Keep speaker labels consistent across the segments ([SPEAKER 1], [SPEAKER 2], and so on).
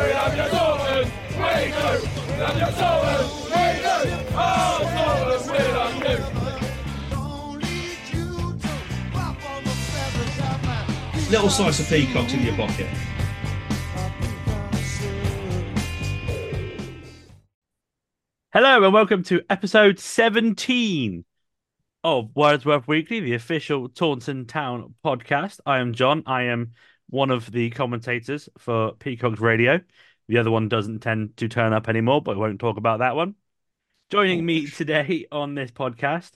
[SPEAKER 1] Ramyazoran, Raiders! Ramyazoran, Raiders! All Zoran, we're on you!
[SPEAKER 2] Little slice of peacocks in your pocket.
[SPEAKER 3] Hello and welcome to episode 17 of Wordsworth Weekly, the official Taunton Town podcast. I am John. I am one of the commentators for Peacock's Radio. The other one doesn't tend to turn up anymore, but I won't talk about that one. Joining me today on this podcast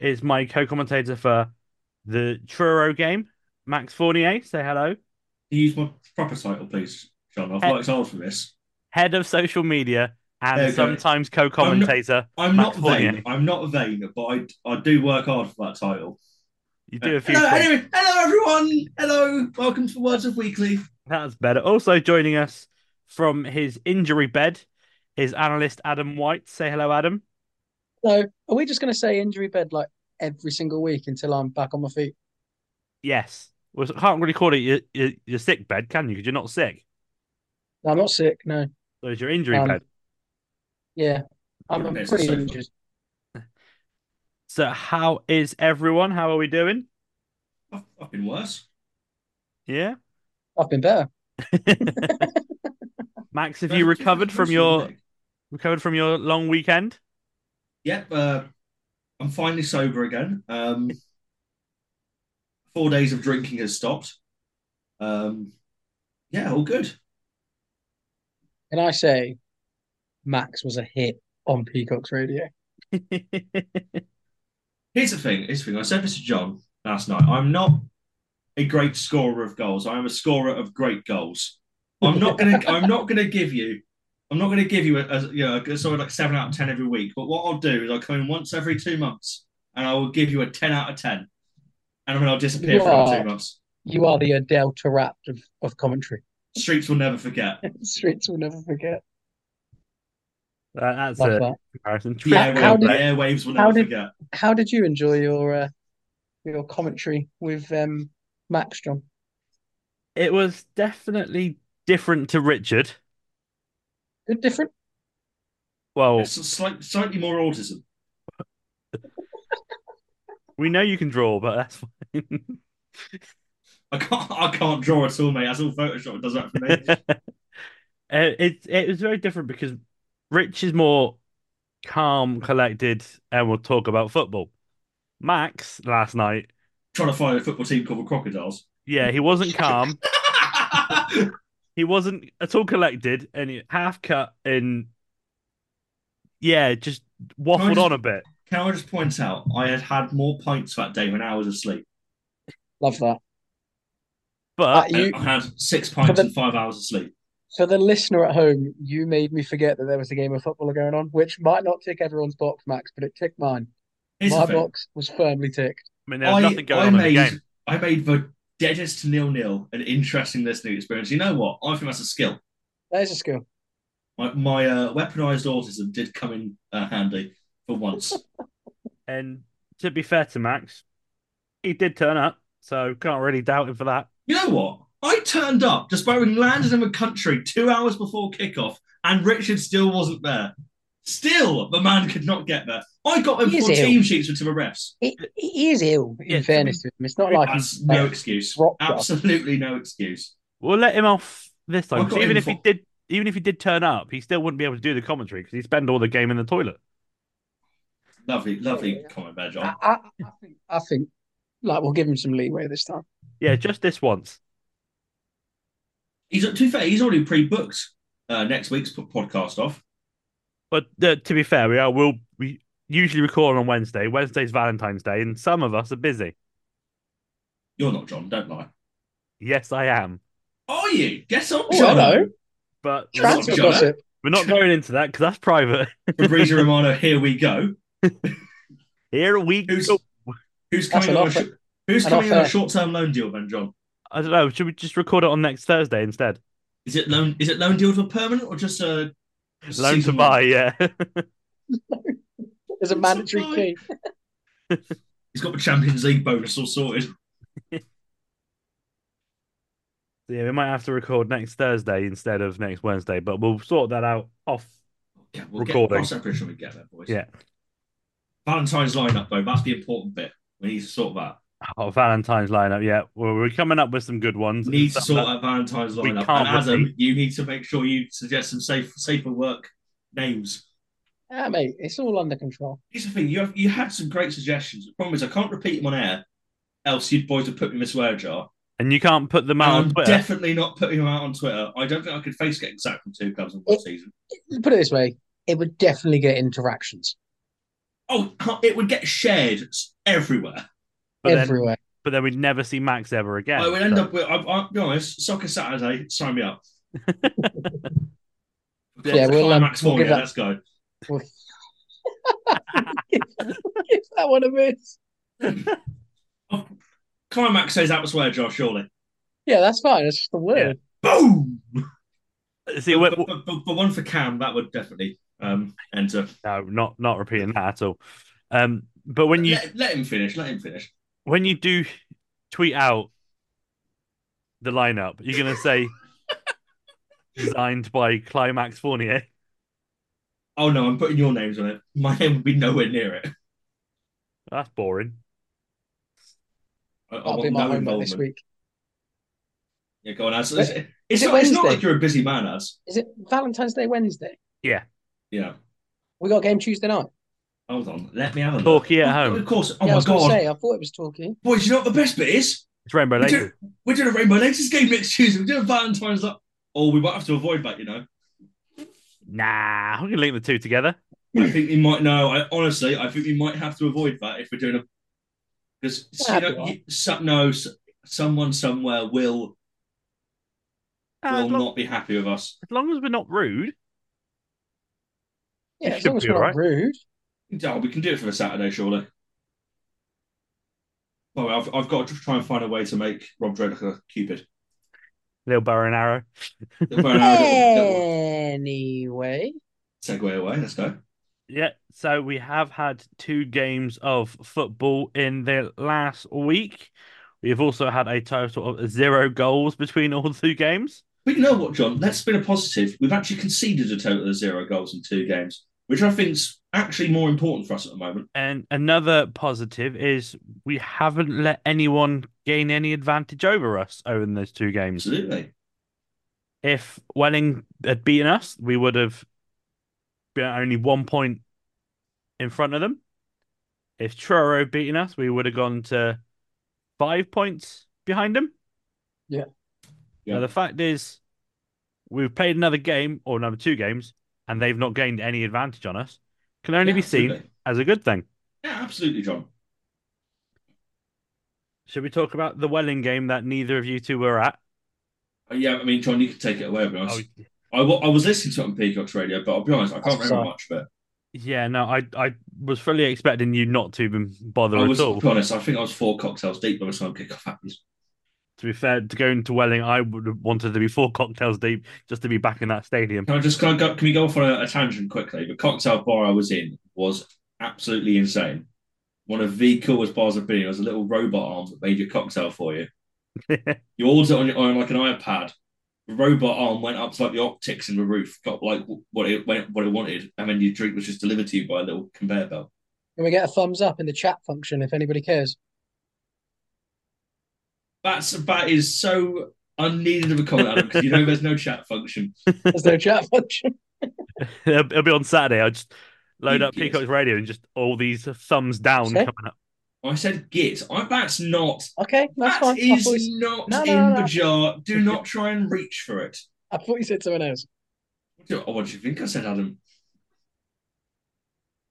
[SPEAKER 3] is my co commentator for the Truro game, Max Fournier. Say hello.
[SPEAKER 4] Can you use my proper title, please, John? I've
[SPEAKER 3] Eh.
[SPEAKER 4] worked hard for this.
[SPEAKER 3] Head of social media
[SPEAKER 4] There
[SPEAKER 3] and
[SPEAKER 4] you go.
[SPEAKER 3] sometimes co commentator.
[SPEAKER 4] I'm
[SPEAKER 3] Max
[SPEAKER 4] not vain.
[SPEAKER 3] Fournier.
[SPEAKER 4] I'm not vain, but I, I do work hard for that title.
[SPEAKER 3] You do a few
[SPEAKER 4] hello,
[SPEAKER 3] things.
[SPEAKER 4] anyway, hello, everyone. Hello. Welcome to Words of Weekly.
[SPEAKER 3] That's better. Also joining us from his injury bed is analyst Adam White. Say hello, Adam.
[SPEAKER 5] So, are we just going to say injury bed like every single week until I'm back on my feet?
[SPEAKER 3] Yes. Well, I can't really call it your, your, your sick bed, can you? Because you're not sick.
[SPEAKER 5] No, I'm not sick. No,
[SPEAKER 3] So it's your injury
[SPEAKER 5] Um,
[SPEAKER 3] bed.
[SPEAKER 5] yeah, I'm
[SPEAKER 4] Goodness,
[SPEAKER 5] pretty
[SPEAKER 4] so-
[SPEAKER 5] injured.
[SPEAKER 3] So how is everyone? How are we doing?
[SPEAKER 4] I've, I've been worse.
[SPEAKER 3] Yeah.
[SPEAKER 5] I've been better.
[SPEAKER 3] Max, have you recovered from your recovered from your long weekend?
[SPEAKER 4] Yep. Uh, I'm finally sober again. Um, four days of drinking has stopped. Um, yeah, all good.
[SPEAKER 5] Can I say, Max was a hit on Peacock's radio?
[SPEAKER 4] Here's the thing. Here's the thing. I said this to John last night. I'm not a great scorer of goals. I am a scorer of great goals. I'm not gonna. I'm not gonna give you. I'm not gonna give you a, a you know a sort of like seven out of ten every week. But what I'll do is I'll come in once every two months and I will give you a ten out of ten, and then I'll disappear for about
[SPEAKER 5] Yeah.
[SPEAKER 4] two months.
[SPEAKER 5] You are the Adele Tarap of, of commentary.
[SPEAKER 4] Streets will never forget.
[SPEAKER 5] Streets will never forget.
[SPEAKER 3] That- that's
[SPEAKER 5] Love
[SPEAKER 3] a
[SPEAKER 5] that.
[SPEAKER 3] comparison.
[SPEAKER 4] The,
[SPEAKER 5] How-
[SPEAKER 4] airwave,
[SPEAKER 5] how
[SPEAKER 4] the
[SPEAKER 5] did-
[SPEAKER 4] airwaves will
[SPEAKER 5] how
[SPEAKER 4] never
[SPEAKER 5] did-
[SPEAKER 4] forget.
[SPEAKER 5] How did you enjoy your uh, your commentary with um, Max, John?
[SPEAKER 3] It was definitely different to Richard.
[SPEAKER 5] Good, different. Oh.
[SPEAKER 3] Well,
[SPEAKER 4] It's slight, slightly more autism.
[SPEAKER 3] we know you can draw, but that's fine.
[SPEAKER 4] I can't. I can't draw at all, mate. That's all Photoshop does that for me.
[SPEAKER 3] uh, it it was very different because Rich is more calm, collected, and will talk about football. Max last night,
[SPEAKER 4] Trying to find a football team called the Crocodiles.
[SPEAKER 3] yeah, he wasn't calm. he wasn't at all collected, and he half cut and yeah, just waffled
[SPEAKER 4] just-
[SPEAKER 3] on a bit.
[SPEAKER 4] Can I just point out, I had had more pints that day than hours of sleep.
[SPEAKER 5] Love that.
[SPEAKER 3] But
[SPEAKER 5] Uh, You-
[SPEAKER 4] I had six pints
[SPEAKER 5] But
[SPEAKER 4] and five hours of sleep.
[SPEAKER 5] For the listener at home, you made me forget that there was a game of football going on, which might not tick everyone's box, Max, but it ticked mine.
[SPEAKER 4] Here's
[SPEAKER 5] My
[SPEAKER 4] the thing.
[SPEAKER 5] box was firmly ticked.
[SPEAKER 3] I mean, there was
[SPEAKER 4] I-
[SPEAKER 3] nothing going
[SPEAKER 4] I
[SPEAKER 3] on
[SPEAKER 4] made,
[SPEAKER 3] in the game.
[SPEAKER 4] I made the deadest nil nil an interesting listening experience. You know what? I think that's a skill.
[SPEAKER 5] There's a skill.
[SPEAKER 4] My, my uh, weaponized autism did come in uh, handy for once.
[SPEAKER 3] And to be fair to Max, he did turn up, so can't really doubt him for that.
[SPEAKER 4] you know what? I turned up just by having landed in the country two hours before kickoff, and Richard still wasn't there. Still, the man could not get there. I got him
[SPEAKER 5] He is
[SPEAKER 4] for
[SPEAKER 5] ill.
[SPEAKER 4] team sheets to the refs.
[SPEAKER 5] He, he is ill, in
[SPEAKER 3] Yeah,
[SPEAKER 5] fairness to him. It's not like
[SPEAKER 4] That's
[SPEAKER 5] he's
[SPEAKER 4] no
[SPEAKER 5] like,
[SPEAKER 4] excuse.
[SPEAKER 5] dropped us.
[SPEAKER 4] Absolutely no excuse.
[SPEAKER 3] We'll let him off this time.
[SPEAKER 4] I've
[SPEAKER 3] 'cause
[SPEAKER 4] got
[SPEAKER 3] even
[SPEAKER 4] him
[SPEAKER 3] if he
[SPEAKER 4] for-
[SPEAKER 3] did, even if he did turn up, he still wouldn't be able to do the commentary because he'd spend all the game in the toilet.
[SPEAKER 4] Lovely, lovely
[SPEAKER 5] Yeah. Ah.
[SPEAKER 4] comment there, John.
[SPEAKER 5] I, I, I think, I think, like, we'll give him some leeway this time.
[SPEAKER 4] Mm.
[SPEAKER 3] Yeah, just this once.
[SPEAKER 4] He's to be fair, he's already pre-booked uh, next week's po- podcast off.
[SPEAKER 3] But uh, to be fair, we are will we usually record on Wednesday. Wednesday's Valentine's Day, and some of us are busy.
[SPEAKER 4] You're not John, don't lie.
[SPEAKER 3] Yes, I am,
[SPEAKER 4] Are you? Guess I'm
[SPEAKER 5] Oh,
[SPEAKER 4] John.
[SPEAKER 5] hello.
[SPEAKER 3] but we're not,
[SPEAKER 4] Trans-
[SPEAKER 5] Transfer
[SPEAKER 4] John.
[SPEAKER 5] gossip.
[SPEAKER 3] we're not going into that because that's private.
[SPEAKER 4] Fabrizio Romano, here we go.
[SPEAKER 3] Here we
[SPEAKER 4] Who's
[SPEAKER 3] go.
[SPEAKER 4] who's
[SPEAKER 5] That's
[SPEAKER 4] coming on
[SPEAKER 5] an
[SPEAKER 4] a
[SPEAKER 5] offer.
[SPEAKER 4] sh- who's
[SPEAKER 5] An
[SPEAKER 4] coming on a
[SPEAKER 5] offer.
[SPEAKER 4] short-term loan deal then, John?
[SPEAKER 3] I don't know. Should we just record it on next Thursday instead?
[SPEAKER 4] Is it loan is it loan deal for permanent or just a
[SPEAKER 3] Loan to
[SPEAKER 4] season
[SPEAKER 3] buy.
[SPEAKER 4] one?
[SPEAKER 3] Yeah,
[SPEAKER 5] There's a mandatory
[SPEAKER 4] It's
[SPEAKER 5] key.
[SPEAKER 4] He's got the Champions League bonus all sorted.
[SPEAKER 3] yeah, we might have to record next Thursday instead of next Wednesday, but we'll sort that out off.
[SPEAKER 4] Yeah, we'll
[SPEAKER 3] Recording.
[SPEAKER 4] Get, I'm pretty sure we get there, boys.
[SPEAKER 3] Yeah.
[SPEAKER 4] Valentine's lineup though, that's the important bit. We need to sort that.
[SPEAKER 3] Our Oh, Valentine's lineup. Yeah, well, we're coming up with some good ones.
[SPEAKER 4] Need to
[SPEAKER 3] Some
[SPEAKER 4] sort
[SPEAKER 3] that-
[SPEAKER 4] out Valentine's
[SPEAKER 3] we
[SPEAKER 4] lineup.
[SPEAKER 3] can't
[SPEAKER 4] And Adam,
[SPEAKER 3] repeat.
[SPEAKER 4] you need to make sure you suggest some safe, safer work names.
[SPEAKER 5] Ah, mate, it's all under control.
[SPEAKER 4] Here's the thing: you have you had some great suggestions. The problem is I can't repeat them on air, else you boys would put me in a swear jar.
[SPEAKER 3] And you can't put them
[SPEAKER 4] And
[SPEAKER 3] out
[SPEAKER 4] I'm
[SPEAKER 3] on Twitter.
[SPEAKER 4] definitely not putting them out on Twitter. I don't think I could face getting sacked from two clubs in one
[SPEAKER 5] It-
[SPEAKER 4] season.
[SPEAKER 5] Put it this way, it would definitely get interactions
[SPEAKER 4] Oh, it would get shared everywhere.
[SPEAKER 3] but then,
[SPEAKER 5] everywhere.
[SPEAKER 3] but then we'd never see Max ever again.
[SPEAKER 4] I would end
[SPEAKER 3] So-
[SPEAKER 4] up with. I, I'll be honest. Soccer Saturday, sign me up.
[SPEAKER 5] Yeah, we'll, um,
[SPEAKER 4] climax
[SPEAKER 5] we'll
[SPEAKER 4] for
[SPEAKER 5] give
[SPEAKER 4] you.
[SPEAKER 5] that-
[SPEAKER 4] Let's go.
[SPEAKER 5] Give that one a miss.
[SPEAKER 4] Climax says that was where Josh. Surely,
[SPEAKER 5] Yeah, that's fine. It's just the word.
[SPEAKER 3] Yeah.
[SPEAKER 4] boom.
[SPEAKER 3] See, we
[SPEAKER 4] but, but- but- but one for Cam, that would definitely um, enter.
[SPEAKER 3] no, not not repeating that at all. Um, but when you
[SPEAKER 4] let, let him finish. Let him finish.
[SPEAKER 3] when you do tweet out the lineup, you're gonna say designed by Climax Fournier.
[SPEAKER 4] Oh no, I'm putting your names on it. My name would be nowhere near it.
[SPEAKER 3] That's boring.
[SPEAKER 4] I, I
[SPEAKER 5] That'll
[SPEAKER 4] want
[SPEAKER 5] be my
[SPEAKER 4] no
[SPEAKER 5] homework
[SPEAKER 4] involvement.
[SPEAKER 5] this week.
[SPEAKER 4] Yeah, go on, Az.
[SPEAKER 5] Wait,
[SPEAKER 4] It's, it's
[SPEAKER 5] it
[SPEAKER 4] not, it's not
[SPEAKER 5] Wednesday?
[SPEAKER 4] like you're a busy man, Az.
[SPEAKER 5] Is it Valentine's Day Wednesday?
[SPEAKER 4] Yeah.
[SPEAKER 5] We got a game Tuesday night.
[SPEAKER 4] Hold on. Let me have a look.
[SPEAKER 3] Torquay at home.
[SPEAKER 4] Of course. Oh
[SPEAKER 5] yeah, I
[SPEAKER 4] my
[SPEAKER 5] was
[SPEAKER 4] god.
[SPEAKER 5] gonna say, I thought it was Torquay.
[SPEAKER 4] Boys, you know what the best bit is?
[SPEAKER 3] It's Rainbow
[SPEAKER 4] We
[SPEAKER 3] Lake.
[SPEAKER 4] do, we're doing a Rainbow Latest game next Tuesday. We're doing Valentine's Day. Oh, we might have to avoid that, you know.
[SPEAKER 3] Nah, we can link the two together.
[SPEAKER 4] I think we might. No, I honestly, I think we might have to avoid that if we're doing a because you
[SPEAKER 5] That'd
[SPEAKER 4] know,
[SPEAKER 5] be all right.
[SPEAKER 4] you- some, no, s- someone somewhere will
[SPEAKER 3] Uh,
[SPEAKER 4] will
[SPEAKER 3] as, long,
[SPEAKER 4] not be happy with us.
[SPEAKER 3] as long as we're not rude,
[SPEAKER 5] Yeah,
[SPEAKER 3] It
[SPEAKER 5] as long
[SPEAKER 3] should
[SPEAKER 5] as
[SPEAKER 3] be
[SPEAKER 5] we're
[SPEAKER 3] alright.
[SPEAKER 5] not rude.
[SPEAKER 4] Oh, we can do it for a Saturday, surely. Well, I've, I've got to try and find a way to make Rob Dredd like a cupid.
[SPEAKER 3] little bow and arrow.
[SPEAKER 4] Segue
[SPEAKER 5] Anyway,
[SPEAKER 4] away. Let's go.
[SPEAKER 3] Yeah, so we have had two games of football in the last week. We've also had a total of zero goals between all two games.
[SPEAKER 4] But you know what, John? Let's spin a positive. We've actually conceded a total of zero goals in two games, which I think's actually more important for us at the moment.
[SPEAKER 3] And another positive is we haven't let anyone gain any advantage over us over those two games.
[SPEAKER 4] Absolutely.
[SPEAKER 3] If Welling had beaten us, we would have been only one point in front of them. If Truro had beaten us, we would have gone to five points behind them.
[SPEAKER 4] Yeah.
[SPEAKER 3] Now, the fact is, we've played another game or another two games, and they've not gained any advantage on us. Can only
[SPEAKER 4] Yeah,
[SPEAKER 3] be seen
[SPEAKER 4] absolutely.
[SPEAKER 3] as a good thing.
[SPEAKER 4] Yeah, absolutely, John.
[SPEAKER 3] Should we talk about the Welling game that neither of you two were at?
[SPEAKER 4] Uh, Yeah, I mean, John, you can take it away. I'll be
[SPEAKER 3] Oh,
[SPEAKER 4] honest. I, wa- I was listening to it on Peacock's radio, but I'll be honest, I can't
[SPEAKER 5] That's
[SPEAKER 4] remember much of it.
[SPEAKER 3] yeah, no, I I was fully expecting you not to even bother
[SPEAKER 4] I
[SPEAKER 3] at
[SPEAKER 4] was,
[SPEAKER 3] all.
[SPEAKER 4] I'll be honest, I think I was four cocktails deep by the time kickoff happened.
[SPEAKER 3] To be fair, to go into Welling, I would have wanted to be four cocktails deep just to be back in that stadium.
[SPEAKER 4] Can I just can I go, can we go off on a, a tangent quickly? The cocktail bar I was in was absolutely insane. One of the coolest bars I've been in. It was a little robot arm that made your cocktail for you. you ordered it on, your, on like an iPad. The robot arm went up to like the optics in the roof, got like what it went, what it wanted, and then your drink was just delivered to you by a little conveyor belt.
[SPEAKER 5] can we get a thumbs up in the chat function if anybody cares?
[SPEAKER 4] That's that is so unneeded of a comment, Adam, because you know there's no chat function.
[SPEAKER 5] There's no chat function.
[SPEAKER 3] it'll, it'll be on Saturday. I just load up
[SPEAKER 4] Yes.
[SPEAKER 3] Peacock's radio and just all these thumbs down
[SPEAKER 5] Say?
[SPEAKER 3] coming up.
[SPEAKER 4] I said git. I, that's not.
[SPEAKER 5] Okay, that's
[SPEAKER 4] That
[SPEAKER 5] fine. I
[SPEAKER 4] is
[SPEAKER 5] thought, you,
[SPEAKER 4] not
[SPEAKER 5] No, no,
[SPEAKER 4] in
[SPEAKER 5] no,
[SPEAKER 4] the
[SPEAKER 5] no.
[SPEAKER 4] jar. Do not try and reach for it.
[SPEAKER 5] I thought you said someone else,
[SPEAKER 4] What do, oh, what do you think I said, Adam?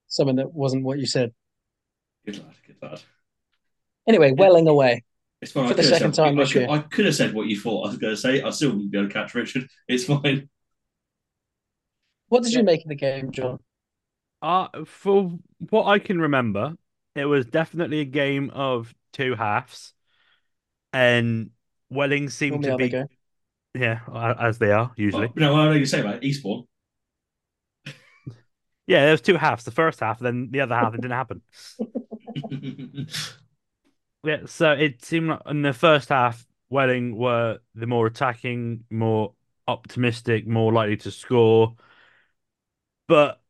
[SPEAKER 5] someone that wasn't what you said.
[SPEAKER 4] Good lad, good lad.
[SPEAKER 5] Anyway, welling away.
[SPEAKER 4] It's fine. I
[SPEAKER 5] For the
[SPEAKER 4] could have
[SPEAKER 5] second
[SPEAKER 4] said-
[SPEAKER 5] time
[SPEAKER 4] I
[SPEAKER 5] this
[SPEAKER 4] could,
[SPEAKER 5] year.
[SPEAKER 4] I could have said what you thought I was going to say. I still wouldn't be able to catch Richard. It's fine.
[SPEAKER 5] What did you make of the game, John?
[SPEAKER 3] Uh, for what I can remember, it was definitely a game of two halves, and Welling seemed
[SPEAKER 5] Normally
[SPEAKER 3] to
[SPEAKER 5] how they
[SPEAKER 3] be
[SPEAKER 5] go.
[SPEAKER 3] yeah, a- as they are usually.
[SPEAKER 4] But, no, I know you say that. Eastbourne.
[SPEAKER 3] Yeah, there was two halves. The first half, then the other half, it didn't happen.
[SPEAKER 4] yeah,
[SPEAKER 3] Yeah, so it seemed like in the first half Welling were the more attacking, more optimistic, more likely to score. But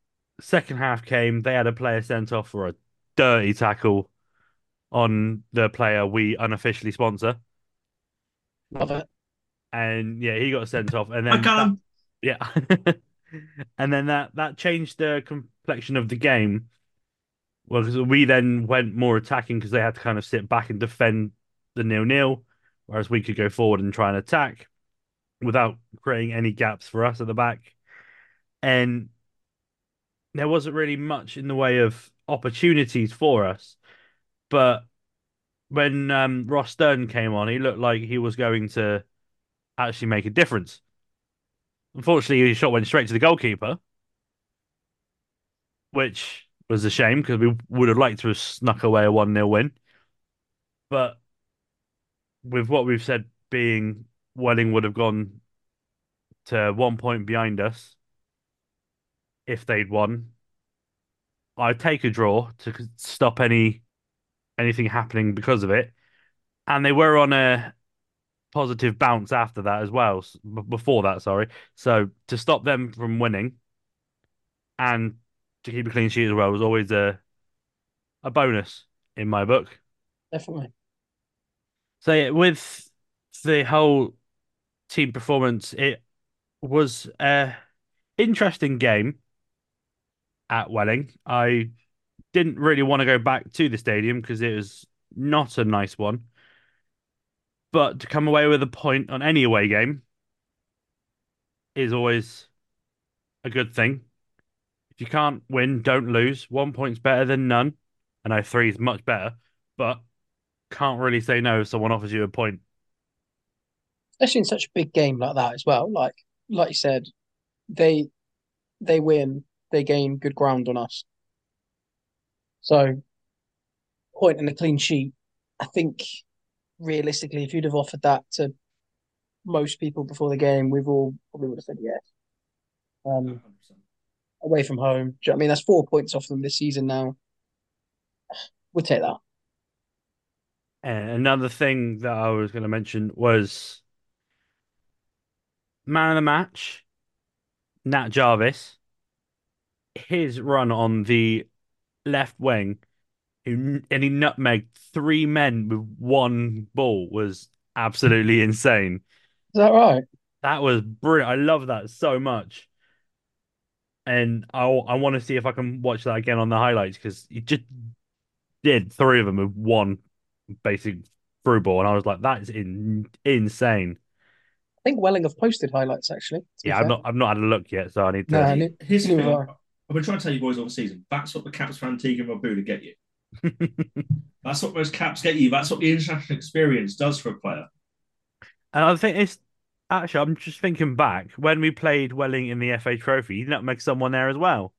[SPEAKER 3] second half came, they had a player sent off for a dirty tackle on the player we unofficially sponsor.
[SPEAKER 5] Love it.
[SPEAKER 3] And yeah, he got sent off. And then
[SPEAKER 4] I got him.
[SPEAKER 3] yeah. and then that that changed the complexion of the game. Well, 'cause we then went more attacking because they had to kind of sit back and defend the nil nil, whereas we could go forward and try and attack without creating any gaps for us at the back. And there wasn't really much in the way of opportunities for us. But when um, Ross Stern came on, he looked like he was going to actually make a difference. Unfortunately, his shot went straight to the goalkeeper, which was a shame because we would have liked to have snuck away a 1 0 win. But with what we've said being Welling would have gone to one point behind us if they'd won. I'd take a draw to c- stop any anything happening because of it. And they were on a positive bounce after that as well, s- b- before that, sorry. So to stop them from winning and to keep a clean sheet as well was always a a bonus in my book.
[SPEAKER 5] Definitely.
[SPEAKER 3] So yeah, with the whole team performance, it was a interesting game at Welling. I didn't really want to go back to the stadium because it was not a nice one. But to come away with a point on any away game is always a good thing. If you can't win, don't lose. One point's better than none. I know three is much better, but can't really say no if someone offers you a point.
[SPEAKER 5] especially in such a big game like that as well. Like like you said, they they win, they gain good ground on us. So point and a clean sheet, I think realistically, if you'd have offered that to most people before the game, we've all probably would have said yes. Um,
[SPEAKER 4] 100%.
[SPEAKER 5] away from home. Do you know what I mean? That's four points off them this season now. We'll take that.
[SPEAKER 3] And another thing that I was going to mention was man of the match, Nat Jarvis. His run on the left wing, he- and he nutmegged three men with one ball was absolutely insane.
[SPEAKER 5] Is that right?
[SPEAKER 3] That was brilliant. I love that so much. And I I want to see if I can watch that again on the highlights because he just did three of them with one basic through ball, and I was like, that is in, insane.
[SPEAKER 5] I think Welling have posted highlights actually. to be
[SPEAKER 3] Yeah, I've
[SPEAKER 5] fair.
[SPEAKER 3] not I've not had a look yet, so I need
[SPEAKER 5] No, I
[SPEAKER 3] to.
[SPEAKER 5] knew-
[SPEAKER 4] Here's the
[SPEAKER 5] Neither
[SPEAKER 4] thing.
[SPEAKER 5] are.
[SPEAKER 4] I've been trying to tell you boys all season. That's what the caps for Antigua and Barbuda get you. That's what those caps get you. That's what the international experience does for a player.
[SPEAKER 3] And I think it's actually I'm just thinking back when we played Welling in the FA Trophy, you nutmeg someone there as well.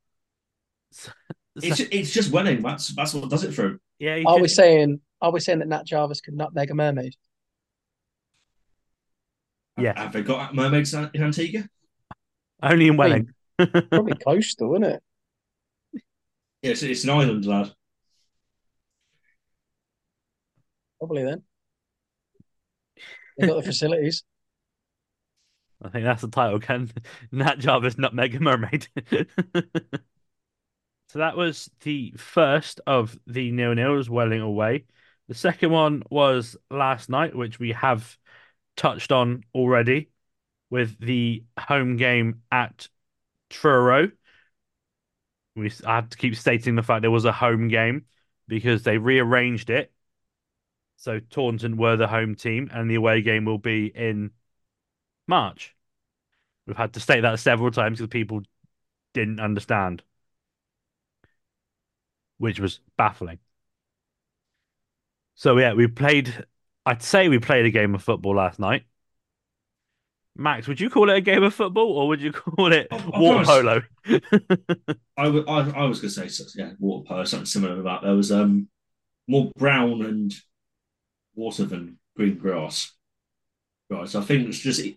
[SPEAKER 3] So,
[SPEAKER 4] It's
[SPEAKER 3] so-
[SPEAKER 4] just, it's just winning. That's that's what does it for him.
[SPEAKER 3] yeah, he
[SPEAKER 5] Are
[SPEAKER 3] did-
[SPEAKER 5] we saying are we saying that Nat Jarvis could nutmeg a mermaid?
[SPEAKER 3] Yeah.
[SPEAKER 4] Have they got mermaids in Antigua?
[SPEAKER 3] only in
[SPEAKER 5] Wait.
[SPEAKER 3] Welling.
[SPEAKER 5] Probably coastal, isn't it?
[SPEAKER 4] Yeah, it's, it's an island, lad.
[SPEAKER 5] Probably then. They've got the facilities.
[SPEAKER 3] I think that's the title. Can Nat Jarvis Nutmeg a Mermaid? so that was the first of the nil nils welling away. The second one was last night, which we have touched on already, with the home game at Truro. We s- I have to keep stating the fact there was a home game because they rearranged it. So Taunton were the home team, and the away game will be in March. We've had to state that several times because people didn't understand, which was baffling. So, yeah, we played, I'd say we played a game of football last night. Max, would you call it a game of football or would you call it
[SPEAKER 4] Of- of
[SPEAKER 3] water
[SPEAKER 4] course.
[SPEAKER 3] polo?
[SPEAKER 4] I wa- I- I was going to say, so- yeah, water polo, something similar to that. There was um more brown and water than green grass. Right, so I think it's just the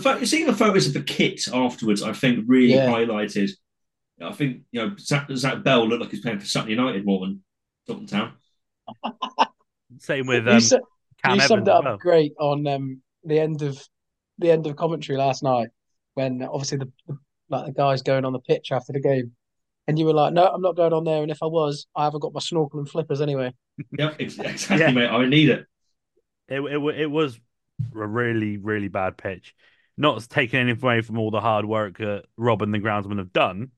[SPEAKER 4] photo, seeing the photos of the kit afterwards. I think really
[SPEAKER 5] Yeah.
[SPEAKER 4] highlighted. I think you know Zach, Zach Bell looked like he's playing for Sutton United more than Sutton Town.
[SPEAKER 3] Same with
[SPEAKER 5] you,
[SPEAKER 3] um,
[SPEAKER 5] said,
[SPEAKER 3] Cam
[SPEAKER 5] you
[SPEAKER 3] Evans
[SPEAKER 5] summed it
[SPEAKER 3] as
[SPEAKER 5] up
[SPEAKER 3] well.
[SPEAKER 5] great on um, the end of the end of commentary last night when obviously the the- like the guys going on the pitch after the game, and you were like, "No, I'm not going on there." And if I was, I haven't got my snorkel and flippers anyway.
[SPEAKER 4] Yep, ex- exactly,
[SPEAKER 3] Yeah.
[SPEAKER 4] mate. I need it.
[SPEAKER 3] It, it wa- it was a really really bad pitch. Not taking anything away from all the hard work that Rob and the groundsman have done,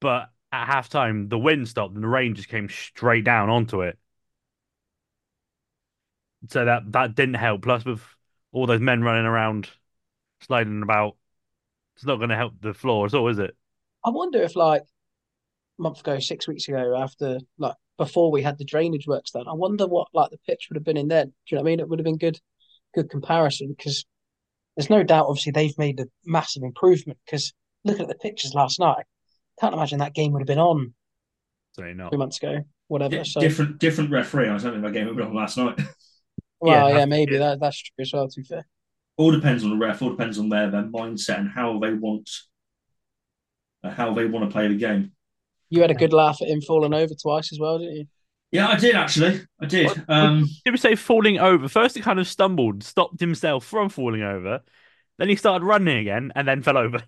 [SPEAKER 3] but at halftime the wind stopped and the rain just came straight down onto it. So that that didn't help. Plus with all those men running around, sliding about, it's not going to help the floor at all, is it?
[SPEAKER 5] I wonder if like a month ago, six weeks ago, after like before we had the drainage works done, I wonder what like the pitch would have been in then. Do you know what I mean? It would have been good, good comparison because there's no doubt. Obviously, they've made a massive improvement because looking at the pictures last night, can't imagine that game would have been on
[SPEAKER 3] Sorry, not.
[SPEAKER 5] three months ago, whatever.
[SPEAKER 4] Di-
[SPEAKER 5] so,
[SPEAKER 4] different, different referee. I was having that game it was on last night.
[SPEAKER 3] yeah,
[SPEAKER 5] well, yeah,
[SPEAKER 3] that's-
[SPEAKER 5] maybe
[SPEAKER 3] yeah.
[SPEAKER 5] That, that's true as well. To be fair,
[SPEAKER 4] all depends on the ref. All depends on their their mindset and how they want, uh, how they want to play the game.
[SPEAKER 5] you had a good laugh at him falling over twice as well, didn't you?
[SPEAKER 4] Yeah, I did actually. I did. Um,
[SPEAKER 3] Did we say falling over? First, he kind of stumbled, stopped himself from falling over. Then he started running again and then fell over.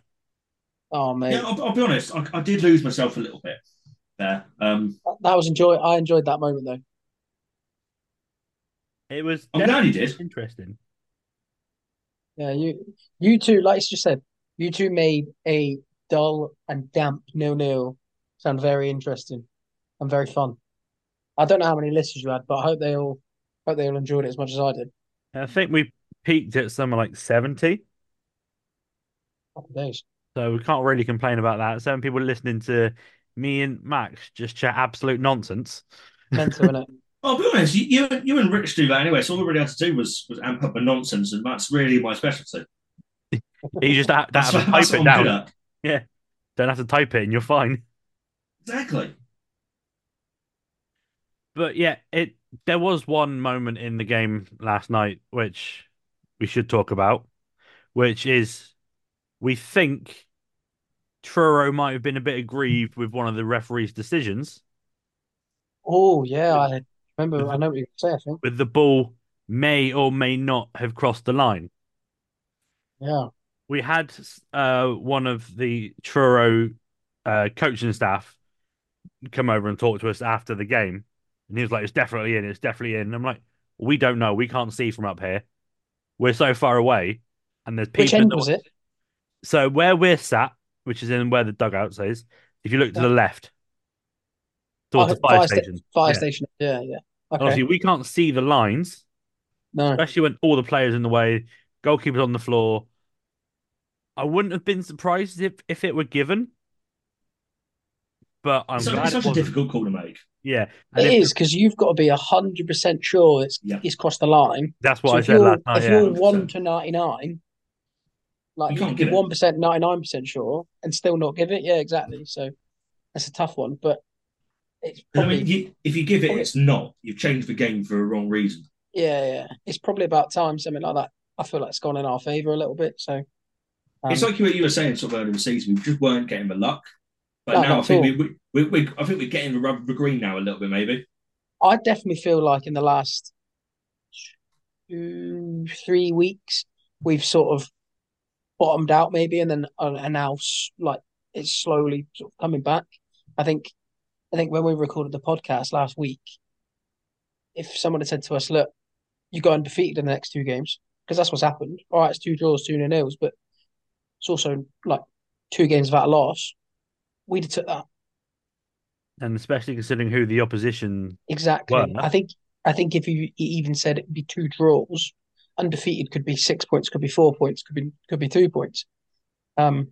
[SPEAKER 5] Oh mate,
[SPEAKER 4] yeah, I'll, I'll be honest. I, I did lose myself a little bit there. Um,
[SPEAKER 5] that, that was enjoy. I enjoyed that moment though.
[SPEAKER 3] It was
[SPEAKER 4] I'm glad he
[SPEAKER 3] definitely
[SPEAKER 4] did.
[SPEAKER 3] Interesting.
[SPEAKER 5] Yeah, you you two, like you just said, you two made a dull and damp nil nil sound very interesting and very fun. I don't know how many listeners you had, but I hope they all hope they all enjoyed it as much as I did.
[SPEAKER 3] I think we peaked at somewhere like 70.
[SPEAKER 5] Happy days.
[SPEAKER 3] So we can't really complain about that. Seven people listening to me and Max just chat absolute nonsense.
[SPEAKER 5] Mental, innit?
[SPEAKER 4] I'll be honest. You, you, you and Rich do that anyway. So all we really had to do was was amp up the nonsense, and that's really my specialty.
[SPEAKER 3] You just have, don't
[SPEAKER 4] That's,
[SPEAKER 3] have to type
[SPEAKER 4] what- that's what
[SPEAKER 3] it
[SPEAKER 4] I'm
[SPEAKER 3] down.
[SPEAKER 4] good at.
[SPEAKER 3] Don't have to type it and you're fine.
[SPEAKER 4] Exactly.
[SPEAKER 3] But yeah, it there was one moment in the game last night which we should talk about, which is we think Truro might have been a bit aggrieved with one of the referee's decisions
[SPEAKER 5] Oh yeah, I remember. I know what you were gonna say. I think
[SPEAKER 3] with the ball may or may not have crossed the line.
[SPEAKER 5] yeah.
[SPEAKER 3] we had uh, one of the Truro uh, coaching staff come over and talk to us after the game, and he was like, "It's definitely in. It's definitely in." And I'm like, "We don't know. We can't see from up here. We're so far away, and there's people."
[SPEAKER 5] Which end was it?
[SPEAKER 3] So where we're sat, which is in where the dugouts is, if you look to
[SPEAKER 5] Yeah.
[SPEAKER 3] the left, towards
[SPEAKER 5] Oh,
[SPEAKER 3] the fire,
[SPEAKER 5] fire sta-
[SPEAKER 3] station.
[SPEAKER 5] Fire
[SPEAKER 3] Yeah.
[SPEAKER 5] station. Yeah, yeah. Okay.
[SPEAKER 3] Obviously, we can't see the lines,
[SPEAKER 5] No.
[SPEAKER 3] especially when all the players in the way, goalkeepers on the floor. I wouldn't have been surprised if, if it were given, but I'm
[SPEAKER 4] It's such-
[SPEAKER 3] glad
[SPEAKER 4] it's
[SPEAKER 3] it
[SPEAKER 4] such a
[SPEAKER 3] wasn't.
[SPEAKER 4] difficult call to make.
[SPEAKER 3] Yeah, and
[SPEAKER 5] It
[SPEAKER 3] if-
[SPEAKER 5] is because you've got to be hundred percent sure it's
[SPEAKER 4] Yeah.
[SPEAKER 5] it's crossed the line.
[SPEAKER 3] That's what
[SPEAKER 5] So
[SPEAKER 3] I
[SPEAKER 5] if
[SPEAKER 3] said
[SPEAKER 5] you're
[SPEAKER 3] last night.
[SPEAKER 5] if
[SPEAKER 3] Yeah,
[SPEAKER 5] you're one
[SPEAKER 4] 100%.
[SPEAKER 5] to ninety nine,
[SPEAKER 4] You
[SPEAKER 5] like you
[SPEAKER 4] can't
[SPEAKER 5] can be
[SPEAKER 4] give it.
[SPEAKER 5] one percent, ninety nine percent sure, and still not give it. Yeah, exactly. So that's a tough one, but it's
[SPEAKER 4] I
[SPEAKER 5] probably
[SPEAKER 4] mean, you, if you give it, it's not. You've changed the game for a wrong reason.
[SPEAKER 5] yeah, yeah. It's probably about time something like that. I feel like it's gone in our favour a little bit. So um,
[SPEAKER 4] it's like you, you were saying sort of earlier in the season, we just weren't getting the luck. But
[SPEAKER 5] No,
[SPEAKER 4] now I
[SPEAKER 5] not
[SPEAKER 4] think
[SPEAKER 5] at
[SPEAKER 4] we, we, we, we I think we're getting the rub of the green now a little bit maybe.
[SPEAKER 5] I definitely feel like in the last two, three weeks we've sort of bottomed out maybe, and then uh, and now s- like it's slowly sort of coming back. I think I think when we recorded the podcast last week, if someone had said to us, "Look, you go undefeated in the next two games," because that's what's happened. All right, it's two draws, two no nils, but it's also like two games without a loss. We'd have took that
[SPEAKER 3] and especially considering who the opposition.
[SPEAKER 5] exactly.
[SPEAKER 3] Well, no.
[SPEAKER 5] I think I think if you even said it'd be two draws, undefeated could be six points, could be four points, could be could be two points. Um,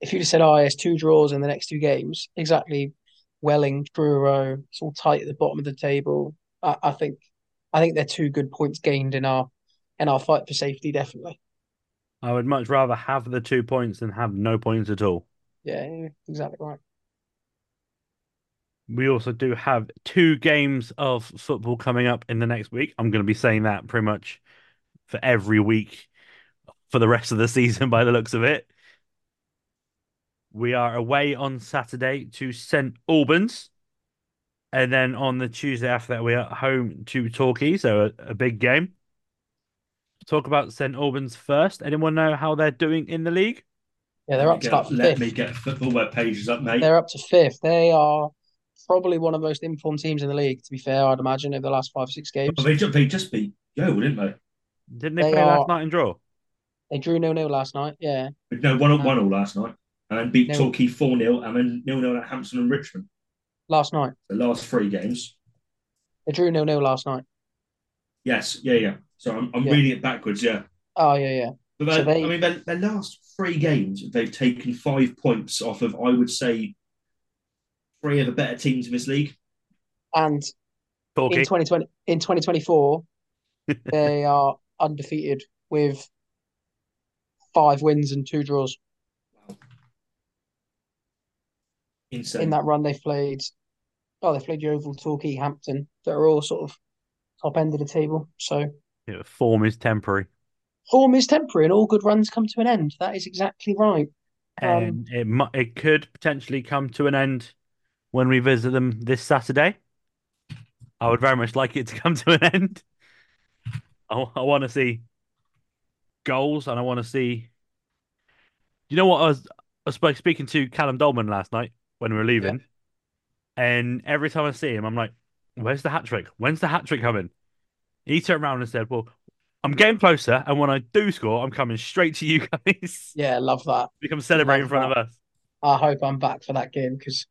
[SPEAKER 5] if you'd have said, "Oh, it's two draws in the next two games," exactly. Welling, Truro, it's all tight at the bottom of the table. I, I think, I think they're two good points gained in our in our fight for safety. Definitely,
[SPEAKER 3] I would much rather have the two points than have no points at all.
[SPEAKER 5] yeah, yeah, exactly right.
[SPEAKER 3] We also do have two games of football coming up in the next week. I'm going to be saying that pretty much for every week for the rest of the season by the looks of it. We are away on Saturday to St Albans. And then on the Tuesday after that, we're at home to Torquay, so a, a big game. Talk about St Albans first. Anyone know how they're doing in the league?
[SPEAKER 5] Yeah, they're up
[SPEAKER 4] Let me
[SPEAKER 5] to
[SPEAKER 4] get-
[SPEAKER 5] about
[SPEAKER 4] let
[SPEAKER 5] fifth.
[SPEAKER 4] me get football web pages up, mate.
[SPEAKER 5] They're up to fifth. They are probably one of the most informed teams in the league, to be fair, I'd imagine, over the last five, six games.
[SPEAKER 4] Oh, they, just, they just beat Yeovil, didn't they?
[SPEAKER 3] Didn't they,
[SPEAKER 5] They
[SPEAKER 3] play
[SPEAKER 5] are-
[SPEAKER 3] last night and draw?
[SPEAKER 5] They drew nil nil last night, yeah.
[SPEAKER 4] No, one
[SPEAKER 5] No.
[SPEAKER 4] one all last night, and then beat
[SPEAKER 5] No.
[SPEAKER 4] Torquay four 0 and then nil nil at Hampson and Richmond.
[SPEAKER 5] Last night.
[SPEAKER 4] The last three games.
[SPEAKER 5] They drew nil nil last night.
[SPEAKER 4] Yes, yeah, yeah. So I'm, I'm
[SPEAKER 5] Yeah.
[SPEAKER 4] reading it backwards, yeah.
[SPEAKER 5] Oh yeah, yeah.
[SPEAKER 4] But they,
[SPEAKER 5] So they-
[SPEAKER 4] I mean, their, their last three games, they've taken five points off of, I would say, three of the better teams in this league.
[SPEAKER 5] And
[SPEAKER 3] Torquay.
[SPEAKER 5] in twenty twenty in twenty twenty four, they are undefeated with five wins and two draws.
[SPEAKER 4] Insane.
[SPEAKER 5] In that run they've played oh, they've played Yeovil, Torquay, Hampton, that are all sort of top end of the table. So
[SPEAKER 3] Yeah, form is temporary,
[SPEAKER 5] form is temporary and all good runs come to an end. That is exactly right. Um,
[SPEAKER 3] and it mu- it could potentially come to an end when we visit them this Saturday. I would very much like it to come to an end. I, want to see goals, and I want to see. You know what? I was I was sp- speaking to Callum Dolman last night when we were leaving, and every time I see him, I'm like, "Where's the hat trick? When's the hat trick coming?" He turned around and said, "Well." I'm getting closer, and when I do score, I'm coming straight to you guys.
[SPEAKER 5] Yeah, love that.
[SPEAKER 3] We come celebrate in
[SPEAKER 5] Love
[SPEAKER 3] front of us.
[SPEAKER 5] I hope I'm back for that game because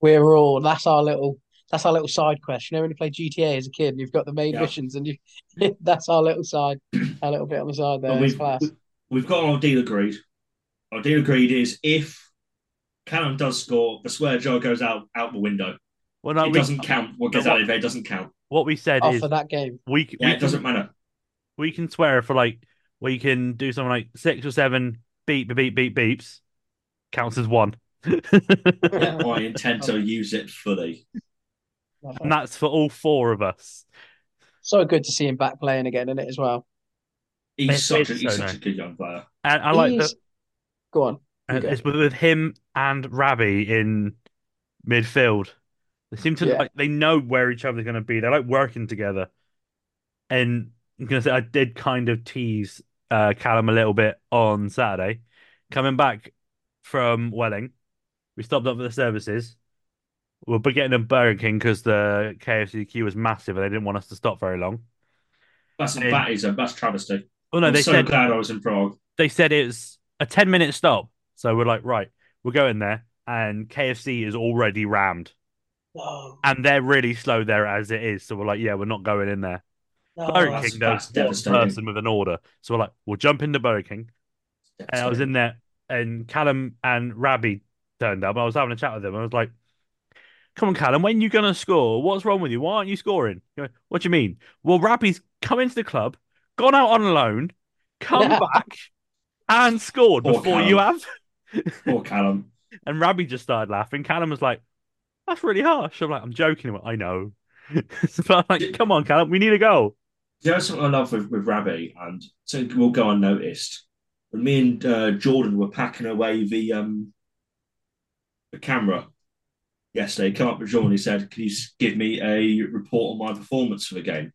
[SPEAKER 5] we're all that's our little that's our little side quest. You know when you play GTA as a kid and you've got the main
[SPEAKER 4] Yeah.
[SPEAKER 5] missions and you that's our little side, our little bit on the side there.
[SPEAKER 4] But
[SPEAKER 5] It's
[SPEAKER 4] we've,
[SPEAKER 5] class.
[SPEAKER 4] we- we've got our deal agreed. Our deal agreed is if Callum does score, the swear jar goes out out the window.
[SPEAKER 3] Well, no,
[SPEAKER 4] it
[SPEAKER 3] we,
[SPEAKER 4] doesn't count. What
[SPEAKER 3] but
[SPEAKER 4] gets out of there doesn't count.
[SPEAKER 3] what we said
[SPEAKER 5] Oh,
[SPEAKER 3] is
[SPEAKER 5] for that game.
[SPEAKER 3] we c-
[SPEAKER 4] Yeah,
[SPEAKER 3] we
[SPEAKER 4] it doesn't matter.
[SPEAKER 3] we can swear for like we can do something like six or seven beep beep beep beep beeps counts as one, and
[SPEAKER 4] I intend to use it fully.
[SPEAKER 3] that's for all four of us.
[SPEAKER 5] So good to see him back playing again in it as well.
[SPEAKER 4] He's
[SPEAKER 3] It's-
[SPEAKER 4] such, a,
[SPEAKER 3] it's
[SPEAKER 4] he's
[SPEAKER 3] so
[SPEAKER 4] such
[SPEAKER 3] nice.
[SPEAKER 4] a good young player.
[SPEAKER 3] And I like that
[SPEAKER 5] He's- Go on.
[SPEAKER 3] uh,
[SPEAKER 5] okay.
[SPEAKER 3] it's with, with him and Ravi in midfield. They seem to
[SPEAKER 5] Yeah.
[SPEAKER 3] like they know where each other's going to be. They're like working together. And I'm going to say I did kind of tease uh, Callum a little bit on Saturday, coming back from Welling. We stopped up for the services. We're getting a Burger King because the KFC queue was massive and they didn't want us to stop very long.
[SPEAKER 4] That's
[SPEAKER 3] And-
[SPEAKER 4] that is a that's travesty.
[SPEAKER 3] Oh no,
[SPEAKER 4] I'm
[SPEAKER 3] they
[SPEAKER 4] so
[SPEAKER 3] said
[SPEAKER 4] glad I was in Prague.
[SPEAKER 3] they said it's a 10 minute stop. So we're like, right, we're going there. And KFC is already rammed.
[SPEAKER 5] No,
[SPEAKER 3] And they're really slow there as it is. So we're like, yeah, we're not going in there.
[SPEAKER 5] no.
[SPEAKER 3] Burger
[SPEAKER 4] Oh, that's-
[SPEAKER 3] King
[SPEAKER 4] that's
[SPEAKER 3] does one
[SPEAKER 4] devastating.
[SPEAKER 3] person with an order. So we're like, we'll jump into Burger King. And I was in there and Callum and Rabbi turned up. I was having a chat with them. I was like, come on, Callum, when you going to score? What's wrong with you? Why aren't you scoring? He went, what do you mean? Well, Rabbi's come into the club, gone out on loan, come back and scored
[SPEAKER 4] Poor
[SPEAKER 3] before you have.
[SPEAKER 4] Poor Callum.
[SPEAKER 3] And Rabbi just started laughing. Callum was like, "That's really harsh." I'm like, "I'm joking." He went, I know, but I'm like, come on, Callum, we need a goal.
[SPEAKER 4] Do you know something I love with, with Rabbi and something that will go unnoticed? When me and uh, Jordan were packing away the um the camera yesterday, he came up with Jordan, he said, Can you s- give me a report on my performance for the game?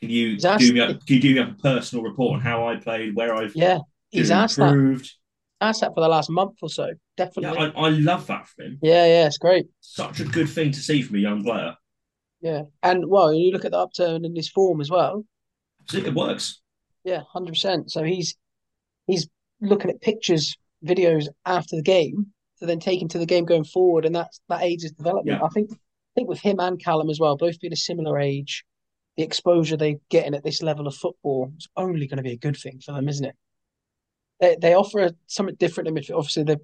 [SPEAKER 4] Can you
[SPEAKER 5] He's asked-
[SPEAKER 4] do me a, can you do me a personal report on how I played, where I've
[SPEAKER 5] Yeah, he's
[SPEAKER 4] improved?
[SPEAKER 5] asked that. Asked that for the last month or so.
[SPEAKER 4] Yeah,
[SPEAKER 5] Definitely.
[SPEAKER 4] I, I love that from him.
[SPEAKER 5] Yeah, yeah, it's great.
[SPEAKER 4] Such a good thing to see from a young player.
[SPEAKER 5] Yeah. And well, you look at the upturn in his form as well.
[SPEAKER 4] It works.
[SPEAKER 5] Yeah, hundred percent. So he's he's looking at pictures, videos after the game to then take him to the game going forward, and that's that aids his development.
[SPEAKER 4] Yeah.
[SPEAKER 5] I think I think with him and Callum as well, both being a similar age, the exposure they're getting at this level of football is only going to be a good thing for them, isn't it? They they offer a, something different in midfield. Obviously, they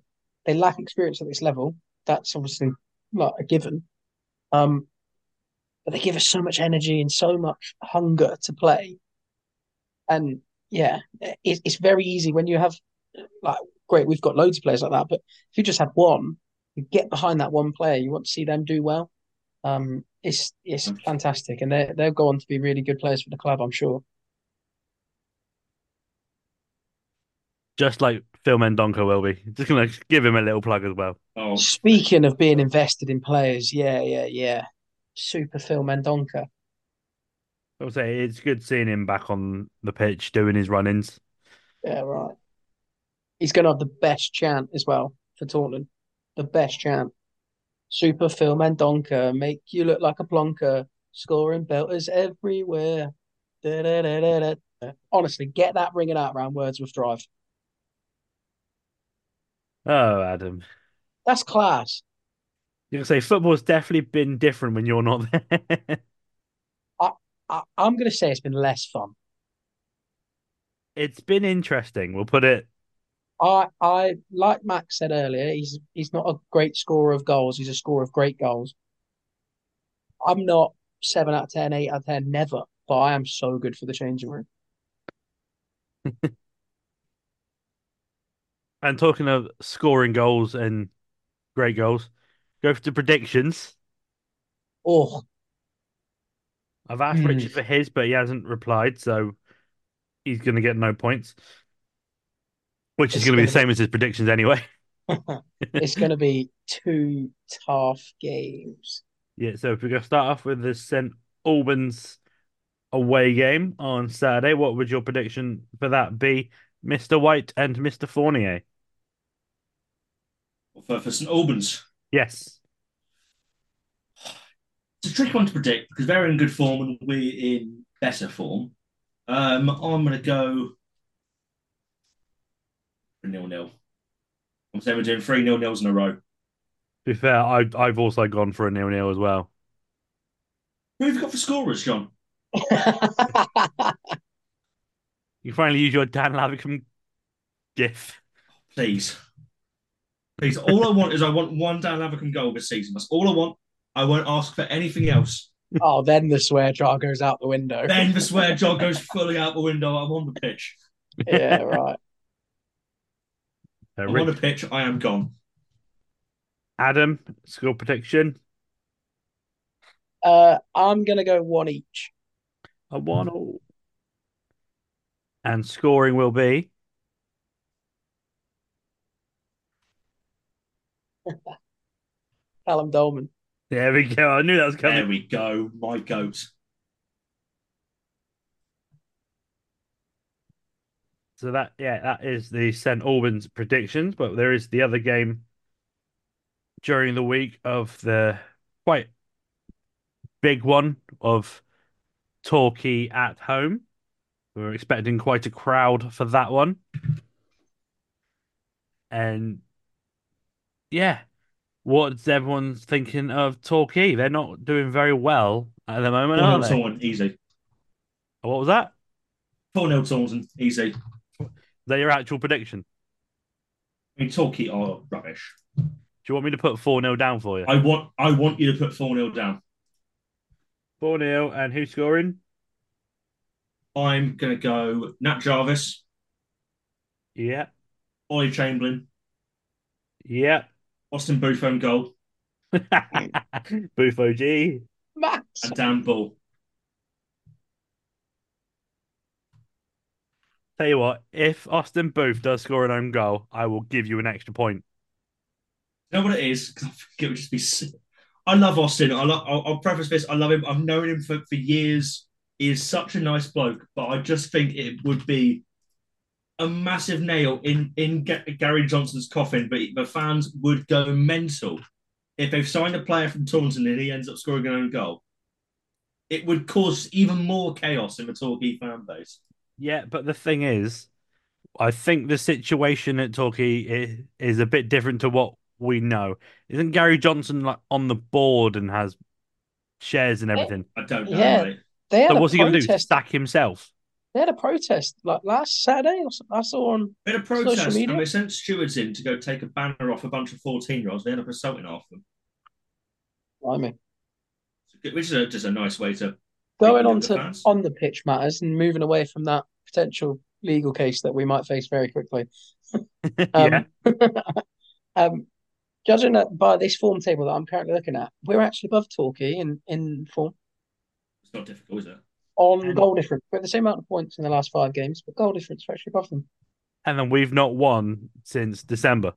[SPEAKER 5] they lack experience at this level. That's obviously not a given. Um, but they give us so much energy and so much hunger to play. And yeah, it, it's very easy when you have like great. We've got loads of players like that, but if you just had one, you get behind that one player. You want to see them do well. Um, it's it's
[SPEAKER 4] Okay.
[SPEAKER 5] fantastic, and they they'll go on to be really good players for the club, I'm sure.
[SPEAKER 3] Just like Phil Mendonca will be. Just gonna give him a little plug as well.
[SPEAKER 4] Oh,
[SPEAKER 5] Speaking of being invested in players, yeah, yeah, yeah. Super Phil Mendonca.
[SPEAKER 3] I'll say it's good seeing him back on the pitch doing his run-ins.
[SPEAKER 5] Yeah, right. He's going to have the best chant as well for Taunton. The best chant. Super Phil Mendonca, make you look like a plonker, scoring belters everywhere. Da-da-da-da-da. Honestly, get that ringing out around Wordsworth Drive.
[SPEAKER 3] Oh, Adam.
[SPEAKER 5] That's class.
[SPEAKER 3] You can say football's definitely been different when you're not there.
[SPEAKER 5] I, I'm going to say it's been less fun.
[SPEAKER 3] it's been interesting. We'll put it.
[SPEAKER 5] I I like Max said earlier, he's he's not a great scorer of goals, he's a scorer of great goals. I'm not seven out of ten, eight out of ten, never, but I am so good for the changing room.
[SPEAKER 3] And talking of scoring goals and great goals, go for the predictions.
[SPEAKER 5] Oh,
[SPEAKER 3] I've asked
[SPEAKER 5] Hmm.
[SPEAKER 3] Richard for his, but he hasn't replied, so he's going to get no points. Which is
[SPEAKER 5] It's
[SPEAKER 3] going to be
[SPEAKER 5] gonna
[SPEAKER 3] the same as his predictions anyway.
[SPEAKER 5] it's gonna be two tough games.
[SPEAKER 3] Yeah, so if we're going to start off with the St Albans away game on Saturday, what would your prediction for that be, Mr. White and Mr. Fournier?
[SPEAKER 4] for, for St Albans.
[SPEAKER 3] Yes.
[SPEAKER 4] It's a tricky one to predict because they're in good form and we're in better form. Um, I'm going to go nil nil. I'm saying we're doing three nil nils in a row.
[SPEAKER 3] To be fair, I, I've also gone for a nil nil as well.
[SPEAKER 4] Who have you got for scorers, John?
[SPEAKER 3] You finally use your Dan Lavican gif.
[SPEAKER 4] Please, please. All I want is I want one Dan Lavercombe goal this season. That's all I want. I won't ask for anything else.
[SPEAKER 5] oh, then the swear jar goes out the window.
[SPEAKER 4] Then the swear jar goes fully out the window. I'm on the pitch.
[SPEAKER 5] yeah, right.
[SPEAKER 3] Uh,
[SPEAKER 4] I'm
[SPEAKER 3] Rich-
[SPEAKER 4] on the pitch. I am gone.
[SPEAKER 3] Adam, score prediction.
[SPEAKER 5] Uh I'm gonna go one each.
[SPEAKER 3] A one all. And scoring will be.
[SPEAKER 5] Callum Dolman.
[SPEAKER 3] There we go. I knew that was
[SPEAKER 4] There
[SPEAKER 3] coming.
[SPEAKER 4] we go. My goat.
[SPEAKER 3] So that yeah, that is the St Albans predictions, but there is the other game during the week of the quite big one of Torquay at home. We were expecting quite a crowd for that one. And yeah, what's everyone thinking of Torquay? They're not doing very well at the moment,
[SPEAKER 4] Four
[SPEAKER 3] are they?
[SPEAKER 4] nil Taunton. Easy.
[SPEAKER 3] What was that?
[SPEAKER 4] Four nil Taunton. Easy.
[SPEAKER 3] Is that your actual prediction?
[SPEAKER 4] I mean, Torquay are rubbish.
[SPEAKER 3] Do you want me to put 4 0 down for you?
[SPEAKER 4] I want I want you to put 4 0 down.
[SPEAKER 3] 4 0, and who's scoring?
[SPEAKER 4] I'm going to go Nat Jarvis,
[SPEAKER 3] Yeah,
[SPEAKER 4] Ollie Chamberlain,
[SPEAKER 3] yeah.
[SPEAKER 4] Austin Buffon goal,
[SPEAKER 5] Hmm.
[SPEAKER 3] Booth OG.
[SPEAKER 5] Max
[SPEAKER 4] and Dan Bull.
[SPEAKER 3] Tell you what, if Austin Booth does score an own goal, I will give you an extra point.
[SPEAKER 4] You know what it is? 'Cause I think it would just be sick. I love Austin. I love, I'll, I'll preface this. I love him. I've known him for, for years. He is such a nice bloke, but I just think it would be a massive nail in in Ga- Gary Johnson's coffin. But the fans would go mental if they've signed a player from Taunton and he ends up scoring an own goal. It would cause even more chaos in the Torquay fan base.
[SPEAKER 3] Yeah, but the thing is, I think the situation at Torquay is, is a bit different to what we know. Isn't Gary Johnson like on the board and has shares and everything?
[SPEAKER 4] I don't know.
[SPEAKER 5] Yeah.
[SPEAKER 4] mate.
[SPEAKER 5] they had
[SPEAKER 3] So
[SPEAKER 5] a
[SPEAKER 3] what's he going to do?
[SPEAKER 5] protest.
[SPEAKER 3] Stack himself?
[SPEAKER 5] They had a protest like last Saturday or something. I saw on
[SPEAKER 4] They had a
[SPEAKER 5] Social
[SPEAKER 4] protest
[SPEAKER 5] media?
[SPEAKER 4] and they sent stewards in to go take a banner off a bunch of 14 year olds. They end up assaulting half of them.
[SPEAKER 5] Blimey.
[SPEAKER 4] which is a, just a nice way to
[SPEAKER 5] Going
[SPEAKER 4] Yeah,
[SPEAKER 5] on
[SPEAKER 4] the
[SPEAKER 5] to
[SPEAKER 4] fans.
[SPEAKER 5] on the pitch matters and moving away from that potential legal case that we might face very quickly.
[SPEAKER 3] yeah.
[SPEAKER 5] Um, um, judging at, by this form table that I'm currently looking at, we're actually above Torquay in, in form
[SPEAKER 4] it's not difficult, is it?
[SPEAKER 5] on
[SPEAKER 3] And-
[SPEAKER 5] goal difference. We're at the same amount of points in the last five games, but goal difference we're actually above them.
[SPEAKER 3] and then we've not won since December,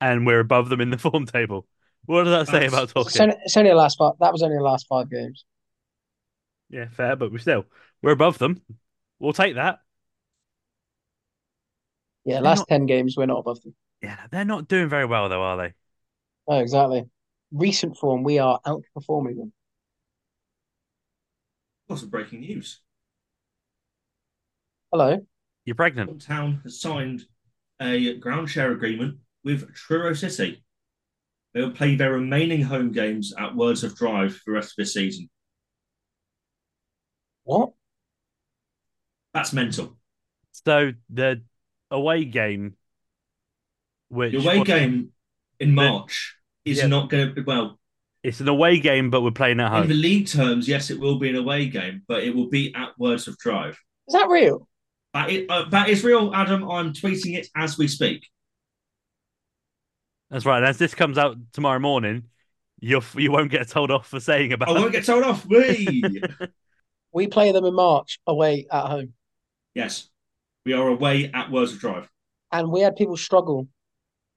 [SPEAKER 3] and we're above them in the form table. What does that say
[SPEAKER 4] That's-
[SPEAKER 3] about
[SPEAKER 5] It's
[SPEAKER 3] Tolkien?
[SPEAKER 5] only, it's only the last five. That was only the last five games.
[SPEAKER 3] Yeah, fair, but we still we're above them. We'll take that.
[SPEAKER 5] Yeah,
[SPEAKER 3] They're
[SPEAKER 5] last
[SPEAKER 3] not-
[SPEAKER 5] ten games we're not above them.
[SPEAKER 3] Yeah, they're not doing very well though, are they?
[SPEAKER 5] Oh, exactly. Recent form, we are outperforming them.
[SPEAKER 4] Lots of breaking news.
[SPEAKER 5] Hello,
[SPEAKER 3] You're pregnant.
[SPEAKER 4] Town has signed a ground share agreement with Truro City. They will play their remaining home games at Words of Drive for the rest of this season.
[SPEAKER 5] what?
[SPEAKER 4] That's mental.
[SPEAKER 3] So the away game, which
[SPEAKER 4] The away
[SPEAKER 3] was-
[SPEAKER 4] game in March is
[SPEAKER 3] Yeah.
[SPEAKER 4] not going to well
[SPEAKER 3] it's an away game, but we're playing at
[SPEAKER 4] in the
[SPEAKER 3] home.
[SPEAKER 4] league terms. Yes, it will be an away game, but it will be at Words of Drive.
[SPEAKER 5] Is that real?
[SPEAKER 4] That is, uh, that is real, Adam. I'm tweeting it as we speak.
[SPEAKER 3] That's right. As this comes out tomorrow morning, you you won't get told off for saying about.
[SPEAKER 4] I won't get told off. We
[SPEAKER 5] We play them in March away at home,
[SPEAKER 4] yes, we are away at Words of Drive.
[SPEAKER 5] and we had people struggle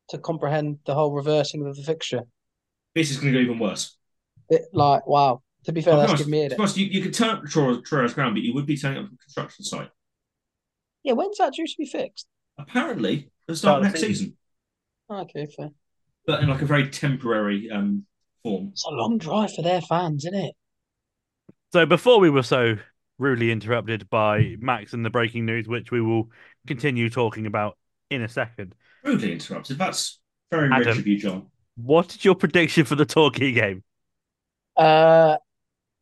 [SPEAKER 5] to comprehend the whole reversing of the fixture.
[SPEAKER 4] This is going to go even worse.
[SPEAKER 5] It, like, wow. To be fair,
[SPEAKER 4] Of
[SPEAKER 5] that's
[SPEAKER 4] course,
[SPEAKER 5] giving me a
[SPEAKER 4] of course, you, you could turn up Truro- Truro ground, but you would be turning up to a construction site.
[SPEAKER 5] Yeah, when's that due to be fixed? Ah,
[SPEAKER 4] Apparently, the
[SPEAKER 3] Start
[SPEAKER 4] start of
[SPEAKER 3] of
[SPEAKER 4] next
[SPEAKER 3] season.
[SPEAKER 4] season,
[SPEAKER 5] Okay, fair.
[SPEAKER 4] but in like a very temporary um, form.
[SPEAKER 5] It's a long drive for their fans, isn't it?
[SPEAKER 3] So before we were so rudely interrupted by Max and the breaking news, which we will continue talking about in a second.
[SPEAKER 4] Rudely interrupted. That's very rich
[SPEAKER 3] Adam.
[SPEAKER 4] of you, John.
[SPEAKER 3] What is your prediction for the Torquay game?
[SPEAKER 5] Uh,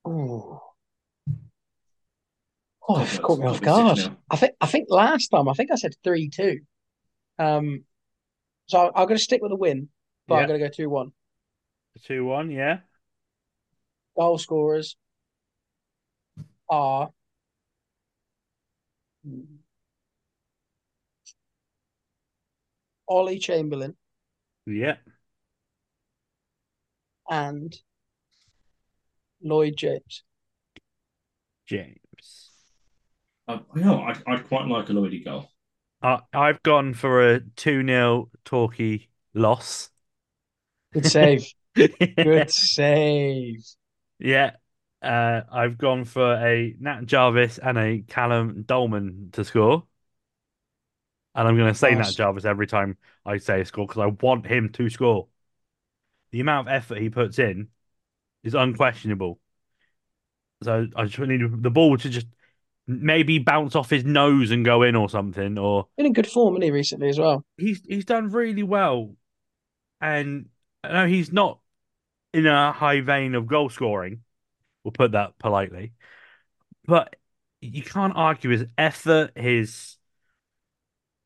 [SPEAKER 5] ooh. Oh,
[SPEAKER 4] Goodness,
[SPEAKER 5] you've caught me
[SPEAKER 4] gotta
[SPEAKER 5] off
[SPEAKER 4] be
[SPEAKER 5] guard.
[SPEAKER 4] six now.
[SPEAKER 5] I think I think last time I think I said three two. Um, so I, I'm going to stick with the win, but I'm
[SPEAKER 3] Yeah.
[SPEAKER 5] going to go two one.
[SPEAKER 3] Two one, yeah.
[SPEAKER 5] Goal scorers are Ollie Chamberlain
[SPEAKER 3] Yeah.
[SPEAKER 5] and Lloyd James.
[SPEAKER 3] James.
[SPEAKER 4] I, I know. I'd, I'd quite like a Lloydie goal.
[SPEAKER 3] I I've gone for a two 0 Torquay loss.
[SPEAKER 5] Good save. Good save.
[SPEAKER 3] Yeah. Uh, I've gone for a Nat Jarvis and a Callum Dolman to score. And I'm going to say Nat
[SPEAKER 5] Nice.
[SPEAKER 3] Jarvis every time I say a score because I want him to score. The amount of effort he puts in is unquestionable. So I just need the ball to just maybe bounce off his nose and go in or something. Or
[SPEAKER 5] Been in good form, isn't he, recently as well?
[SPEAKER 3] he's he's done really well, and I know he's not in a high vein of goal scoring. We'll put that politely, but you can't argue his effort, his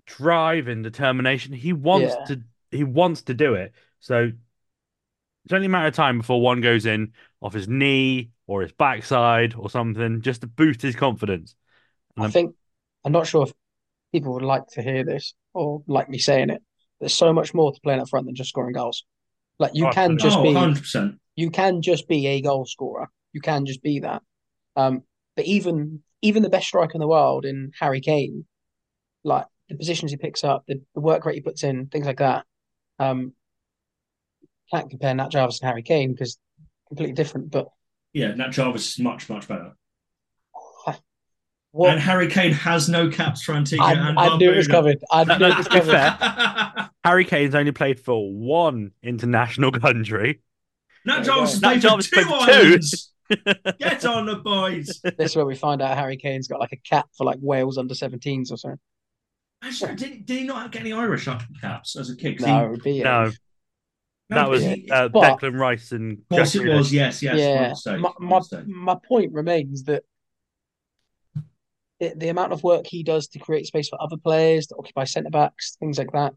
[SPEAKER 3] drive and determination. He wants
[SPEAKER 5] Yeah.
[SPEAKER 3] to he wants to do it. So it's only a matter of time before one goes in off his knee or his backside or something just to boost his confidence.
[SPEAKER 5] I
[SPEAKER 3] Um,
[SPEAKER 5] think I'm not sure if people would like to hear this or like me saying it. There's so much more to playing up front than just scoring goals. Like you can
[SPEAKER 3] Absolutely.
[SPEAKER 5] just
[SPEAKER 4] oh, 100%.
[SPEAKER 5] be you can just be a goal scorer. You can just be that. Um, but even even the best striker in the world in Harry Kane, like the positions he picks up, the, the work rate he puts in, things like that. Um, can't compare Nat Jarvis and Harry Kane because completely different. But
[SPEAKER 4] Yeah, Nat Jarvis is much, much better.
[SPEAKER 5] what
[SPEAKER 4] And Harry Kane has no caps for Antigua
[SPEAKER 5] I,
[SPEAKER 4] and
[SPEAKER 5] I knew it was
[SPEAKER 4] Barbuda.
[SPEAKER 5] covered. I
[SPEAKER 3] No,
[SPEAKER 5] knew
[SPEAKER 3] no,
[SPEAKER 5] it was
[SPEAKER 3] to be
[SPEAKER 5] covered.
[SPEAKER 3] fair, Harry Kane's only played for one international country.
[SPEAKER 4] Nat
[SPEAKER 5] Yeah,
[SPEAKER 4] Jarvis has
[SPEAKER 3] Nat
[SPEAKER 4] played
[SPEAKER 3] Jarvis
[SPEAKER 4] for
[SPEAKER 3] played
[SPEAKER 4] two
[SPEAKER 3] for two.
[SPEAKER 4] islands. Get on the boys.
[SPEAKER 5] This is where we find out Harry Kane's got like a cap for like Wales under 17s or something.
[SPEAKER 4] Actually, did, did he not get any Irish caps as a kid? 'Cause he-
[SPEAKER 5] No, be it.
[SPEAKER 3] No, that was
[SPEAKER 5] Yeah,
[SPEAKER 3] uh,
[SPEAKER 5] but-
[SPEAKER 3] Declan Rice and
[SPEAKER 4] Of course,
[SPEAKER 3] Jack
[SPEAKER 4] it was.
[SPEAKER 3] Grealish.
[SPEAKER 4] Yes, yes. my
[SPEAKER 5] yeah.
[SPEAKER 4] mistake,
[SPEAKER 5] My,
[SPEAKER 4] my
[SPEAKER 5] my,
[SPEAKER 4] mistake.
[SPEAKER 5] my point remains that the, the amount of work he does to create space for other players, to occupy centre backs, things like that,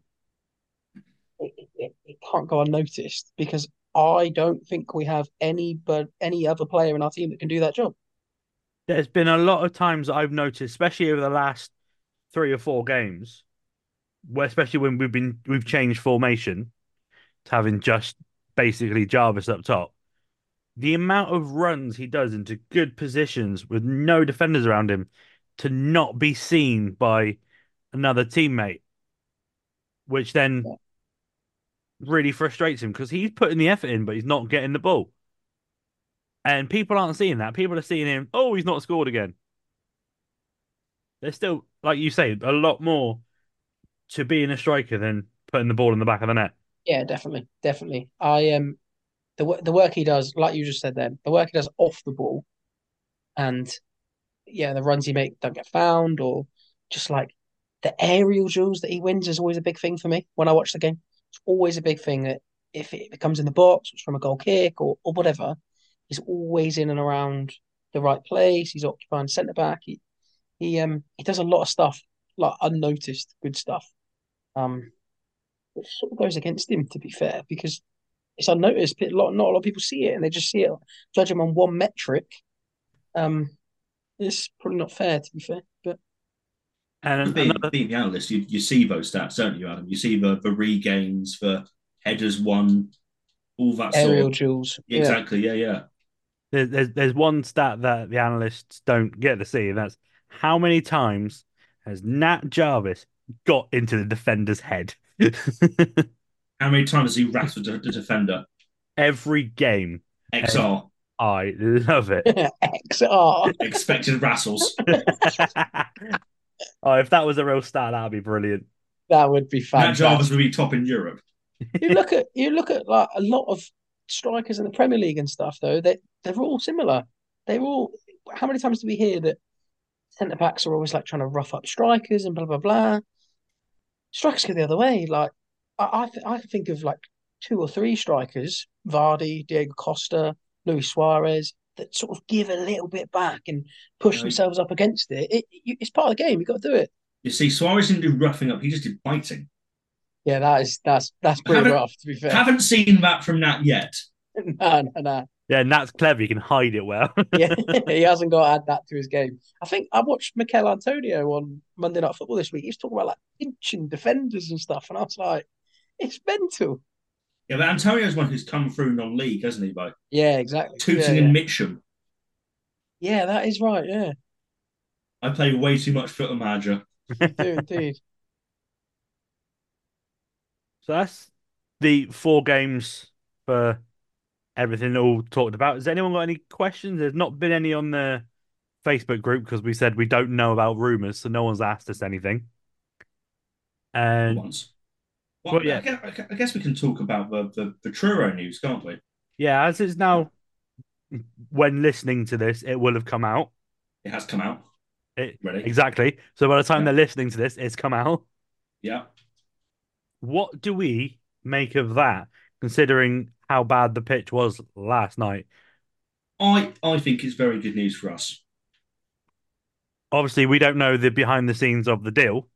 [SPEAKER 5] it, it- it, it can't go unnoticed because I don't think we have any but any other player in our team that can do that job.
[SPEAKER 3] There's been a lot of times that I've noticed, especially over the last three or four games, where especially when we've been we've changed formation to having just basically Jarvis up top. The amount of runs he does into good positions with no defenders around him to not be seen by another teammate, which then
[SPEAKER 5] Yeah.
[SPEAKER 3] really frustrates him because he's putting the effort in, but he's not getting the ball. And people aren't seeing that. People are seeing him, oh, he's not scored again. There's still, like you say, a lot more to being a striker than putting the ball in the back of the net.
[SPEAKER 5] Yeah, definitely, definitely. I um, the wo- the work he does, like you just said, then the work he does off the ball, and yeah, the runs he make don't get found, or just like the aerial duels that he wins is always a big thing for me when I watch the game. It's always a big thing that if it comes in the box, it's from a goal kick or or whatever, he's always in and around the right place. He's occupying centre back. He he um he does a lot of stuff like unnoticed, good stuff. Um which sort of goes against him, to be fair, because it's unnoticed. But a lot, not a lot of people see it, and they just see it, judge him on one metric. Um, it's probably not fair, to be fair. But
[SPEAKER 3] And
[SPEAKER 4] being,
[SPEAKER 3] another,
[SPEAKER 4] being the analyst, you, you see those stats, don't you, Adam? You see the, the regains, the headers won, all that
[SPEAKER 5] aerial
[SPEAKER 4] sort of.
[SPEAKER 5] duels, yeah,
[SPEAKER 4] Exactly, yeah, yeah.
[SPEAKER 3] there- there's there's one stat that the analysts don't get to see, and that's how many times has Nat Jarvis got into the defender's head
[SPEAKER 4] How many times has he rattled the the defender?
[SPEAKER 3] every game.
[SPEAKER 4] XR,
[SPEAKER 3] I love it.
[SPEAKER 5] XR.
[SPEAKER 4] expected rattles.
[SPEAKER 3] oh, if that was a real stat, that'd be brilliant.
[SPEAKER 5] That would be
[SPEAKER 4] Matt Jarvis
[SPEAKER 5] fantastic.
[SPEAKER 4] would be top in Europe.
[SPEAKER 5] you look at you look at like a lot of strikers in the Premier League and stuff, though. They they're all similar. They're all. How many times do we hear that centre backs are always like trying to rough up strikers and blah blah blah? Strikers go the other way. Like I I, th- I can think of like two or three strikers: Vardy, Diego Costa, Luis Suarez. That sort of give a little bit back and push
[SPEAKER 4] Right.
[SPEAKER 5] themselves up against it. it you, it's part of the game. You got to do it.
[SPEAKER 4] You see, Suarez didn't do roughing up, he just did biting.
[SPEAKER 5] Yeah, that is that's that's pretty
[SPEAKER 4] Haven't-
[SPEAKER 5] rough. To be fair,
[SPEAKER 4] Haven't seen that from Nat yet.
[SPEAKER 5] no, no, no.
[SPEAKER 3] Yeah, Nat's clever. He can hide it well.
[SPEAKER 5] yeah, he hasn't got to add that to his game. I think I watched Mikel Antonio on Monday Night Football this week. He was talking about like pinching defenders and stuff, and I was like, it's mental.
[SPEAKER 4] Yeah, but Antonio's one who's come through non league, hasn't he? By
[SPEAKER 5] Yeah, exactly.
[SPEAKER 4] Tooting
[SPEAKER 5] yeah, yeah.
[SPEAKER 4] and Mitchum.
[SPEAKER 5] Yeah, that is right. Yeah,
[SPEAKER 4] I play way too much foot manager.
[SPEAKER 5] you do indeed.
[SPEAKER 3] So that's the four games for everything all talked about. Has anyone got any questions? There's not been any on the Facebook group because we said we don't know about rumors, so no one's asked us anything. And
[SPEAKER 4] once. Well,
[SPEAKER 3] Well, yeah.
[SPEAKER 4] I, guess, I gu- I guess we can talk about the, the, the Truro news, can't we?
[SPEAKER 3] yeah, as it's now, when listening to this, it will have come out.
[SPEAKER 4] It has come out.
[SPEAKER 3] It-
[SPEAKER 4] Ready?
[SPEAKER 3] Exactly. So by the time
[SPEAKER 4] Yeah.
[SPEAKER 3] they're listening to this, it's come out.
[SPEAKER 4] Yeah.
[SPEAKER 3] What do we make of that, considering how bad the pitch was last night?
[SPEAKER 4] I, I think it's very good news for us.
[SPEAKER 3] Obviously, we don't know the behind the scenes of the deal.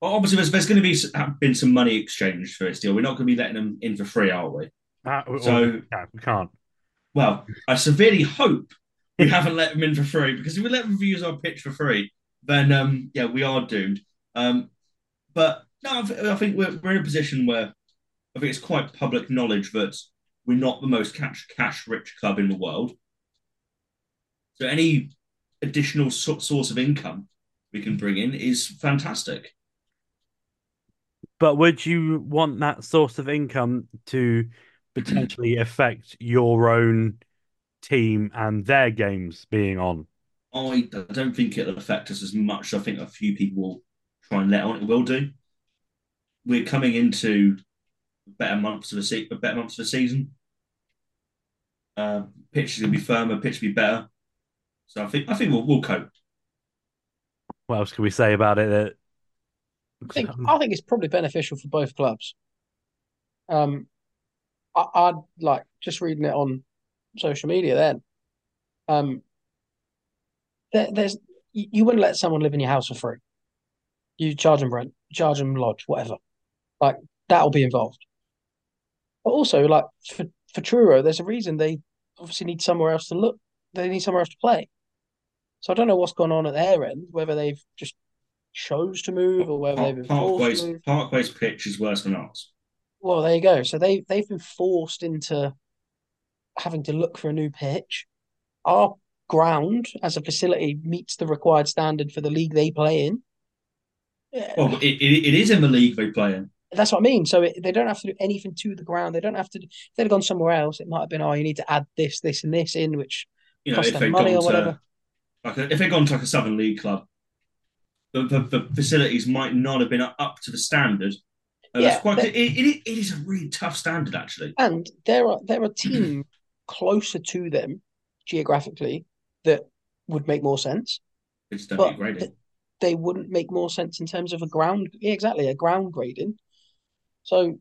[SPEAKER 4] Well, obviously, there's, there's going to be s- have been some money exchanged for this deal. We're not going to be letting them in for free, are we?
[SPEAKER 3] Uh, w-
[SPEAKER 4] So-
[SPEAKER 3] no, we can't.
[SPEAKER 4] Well, I severely hope we haven't let them in for free because if we let them use our pitch for free, then um, yeah, we are doomed. Um, but no, I, th- I think we're, we're in a position where I think it's quite public knowledge that we're not the most cash cash rich club in the world. So any additional so- source of income we can bring in is fantastic.
[SPEAKER 3] But would you want that source of income to potentially affect your own team and their games being on?
[SPEAKER 4] I d- I don't think it'll affect us as much. as I think a few people will try and let on. It will do. We're coming into better months of the se- better months of the season. Uh, pitch is gonna be firmer. Pitch will be better. So I think I think we'll we'll cope.
[SPEAKER 3] What else can we say about it?
[SPEAKER 5] I
[SPEAKER 3] That
[SPEAKER 5] think I think it's probably beneficial for both clubs. Um, I, I'd like just reading it on social media. Then, um, there, there's you, you wouldn't let someone live in your house for free. You charge them rent, charge them lodge, whatever. Like that'll be involved. But also, like for for Truro, there's a reason they obviously need somewhere else to look. They need somewhere else to play. So I don't know what's gone on at their end. Whether they've just chose to move or whether they've
[SPEAKER 4] Park,
[SPEAKER 5] been forced
[SPEAKER 4] Parkway's
[SPEAKER 5] to move.
[SPEAKER 4] Parkway's pitch is worse than ours.
[SPEAKER 5] Well, there you go. So they they've been forced into having to look for a new pitch. Our ground as a facility meets the required standard for the league they play in. Yeah,
[SPEAKER 4] Well, it, it, it is in the league they play in.
[SPEAKER 5] That's what I mean. So it, they don't have to do anything to the ground. They don't have to. If they'd have gone somewhere else, it might have been, oh, you need to add this, this, and this in, which
[SPEAKER 4] You know,
[SPEAKER 5] Cost
[SPEAKER 4] if
[SPEAKER 5] them
[SPEAKER 4] they've
[SPEAKER 5] money or
[SPEAKER 4] gone to
[SPEAKER 5] whatever.
[SPEAKER 4] like a, if they've gone to like a Southern League club, the, the, the facilities might not have been up to the standard. Uh, that's
[SPEAKER 5] Yeah,
[SPEAKER 4] quite,
[SPEAKER 5] but-
[SPEAKER 4] it, it, it is a really tough standard actually.
[SPEAKER 5] And there are there are
[SPEAKER 4] Mm.
[SPEAKER 5] teams closer to them geographically that would make more sense.
[SPEAKER 4] They just don't
[SPEAKER 5] But
[SPEAKER 4] get graded.
[SPEAKER 5] th- They wouldn't make more sense in terms of a ground, yeah, exactly, a ground grading. So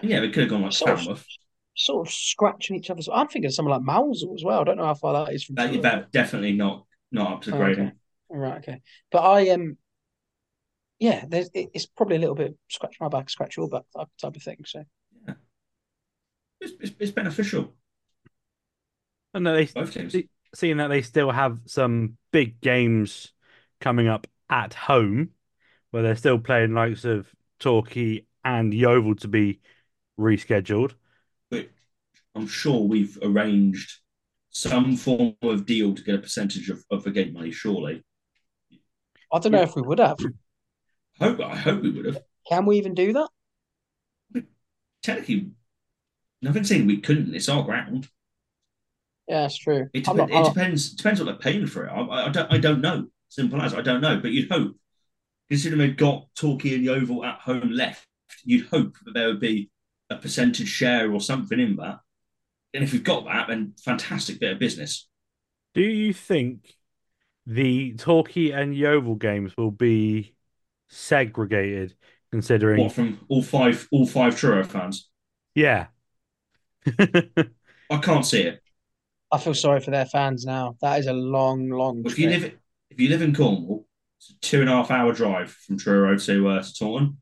[SPEAKER 4] yeah, they could have gone like
[SPEAKER 5] sort of,
[SPEAKER 4] Falmouth.
[SPEAKER 5] sort of scratching each other's. I'm thinking of someone like Mousel as well. I don't know how far that is from.
[SPEAKER 4] That,
[SPEAKER 5] Truro.
[SPEAKER 4] that definitely not not up to
[SPEAKER 5] Oh,
[SPEAKER 4] grading.
[SPEAKER 5] okay. Right, okay. But I um, yeah, there's it- it's probably a little bit scratch my back, scratch your back type, type of thing. So
[SPEAKER 4] It's, it's, it's beneficial.
[SPEAKER 3] And they
[SPEAKER 4] Both teams.
[SPEAKER 3] See- seeing that they still have some big games coming up at home, where they're still playing likes of Torquay and Yeovil to be rescheduled.
[SPEAKER 4] But I'm sure we've arranged some form of deal to get a percentage of, of the gate money. Surely,
[SPEAKER 5] I don't know if we would have.
[SPEAKER 4] I hope I hope we would have.
[SPEAKER 5] Can we even do that?
[SPEAKER 4] Technically, nothing saying we couldn't. It's our ground.
[SPEAKER 5] Yeah, that's true.
[SPEAKER 4] It,
[SPEAKER 5] I'm
[SPEAKER 4] depen-
[SPEAKER 5] not- I'm
[SPEAKER 4] it
[SPEAKER 5] not-
[SPEAKER 4] depends. Depends what they're paying for it. I, I- I don't. I don't know. Simple as I don't know. But you'd hope, considering they've got Torquay and Yeovil at home left, you'd hope that there would be a percentage share or something in that. And if we've got that, then fantastic bit of business.
[SPEAKER 3] Do you think the Torquay and Yeovil games will be segregated, considering?
[SPEAKER 4] What from all five, all five Truro fans?
[SPEAKER 3] Yeah.
[SPEAKER 4] I can't see it.
[SPEAKER 5] I feel sorry for their fans now. That is a long, long
[SPEAKER 4] If you
[SPEAKER 5] trip.
[SPEAKER 4] live, if you live in Cornwall, it's a two and a half hour drive from Truro to uh, to Taunton.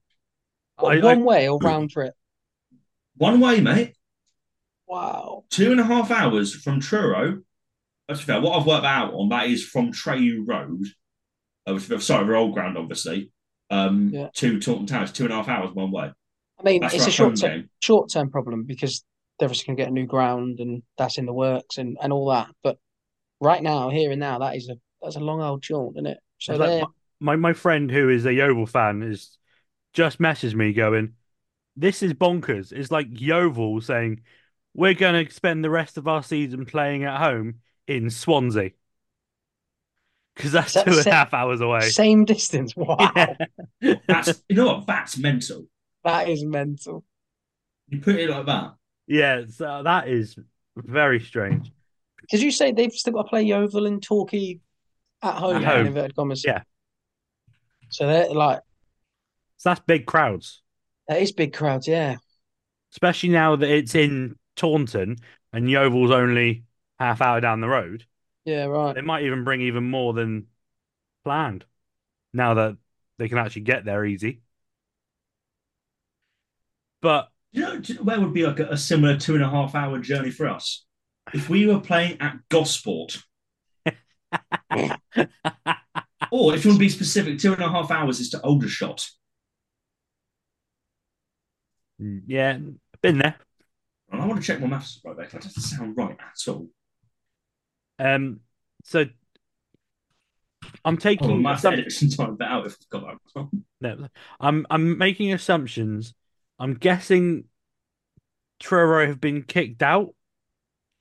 [SPEAKER 3] I,
[SPEAKER 5] What,
[SPEAKER 3] I,
[SPEAKER 5] one way or round trip.
[SPEAKER 4] One way, mate.
[SPEAKER 5] Wow.
[SPEAKER 4] two and a half hours from Truro. That's fair. What I've worked out on that is from Treyu Road, uh, which is sorry, of our old ground, obviously, um,
[SPEAKER 5] Yeah.
[SPEAKER 4] to Taunton Towers, two and a half hours one way.
[SPEAKER 5] I mean,
[SPEAKER 4] That's
[SPEAKER 5] it's
[SPEAKER 4] for
[SPEAKER 5] a
[SPEAKER 4] a home
[SPEAKER 5] short term
[SPEAKER 4] game.
[SPEAKER 5] short term problem because they're obviously going to get a new ground and that's in the works and, and all that. But right now, here and now, that is a that's a long old jaunt, isn't it? So
[SPEAKER 3] It's like
[SPEAKER 5] they're
[SPEAKER 3] my my friend who is a Yeovil fan is just messaged me going, "This is bonkers." It's like Yeovil saying, "We're going to spend the rest of our season playing at home in Swansea because that's
[SPEAKER 5] That's
[SPEAKER 3] two and
[SPEAKER 5] se-
[SPEAKER 3] a half hours away."
[SPEAKER 5] same distance. Wow,
[SPEAKER 3] Yeah.
[SPEAKER 4] That's you know what? That's mental.
[SPEAKER 5] that is mental.
[SPEAKER 4] You put it like that.
[SPEAKER 3] yeah, so that is very strange.
[SPEAKER 5] Did you say they've still got to play Yeovil and Torquay at home?
[SPEAKER 3] At home.
[SPEAKER 5] in Inverted commas.
[SPEAKER 3] Yeah.
[SPEAKER 5] So they're like
[SPEAKER 3] So that's big crowds,
[SPEAKER 5] that is big crowds. Yeah.
[SPEAKER 3] especially now that it's in Taunton and Yeovil's only half hour down the road.
[SPEAKER 5] Yeah. Right.
[SPEAKER 3] They might even bring even more than planned now that they can actually get there easy. But
[SPEAKER 4] Do you know, do you know where would be like a, a similar two and a half hour journey for us? If we were playing at Gosport, or if you want to be specific, two and a half hours is to Aldershot.
[SPEAKER 3] yeah, been there.
[SPEAKER 4] And I want to check my maths right there 'cause that doesn't sound right at all.
[SPEAKER 3] Um, so I'm
[SPEAKER 4] Oh, I
[SPEAKER 3] taking
[SPEAKER 4] might have to
[SPEAKER 3] assumptions.
[SPEAKER 4] edit some time that out if I've got that wrong.
[SPEAKER 3] No, I'm I'm making assumptions. I'm guessing Truro have been kicked out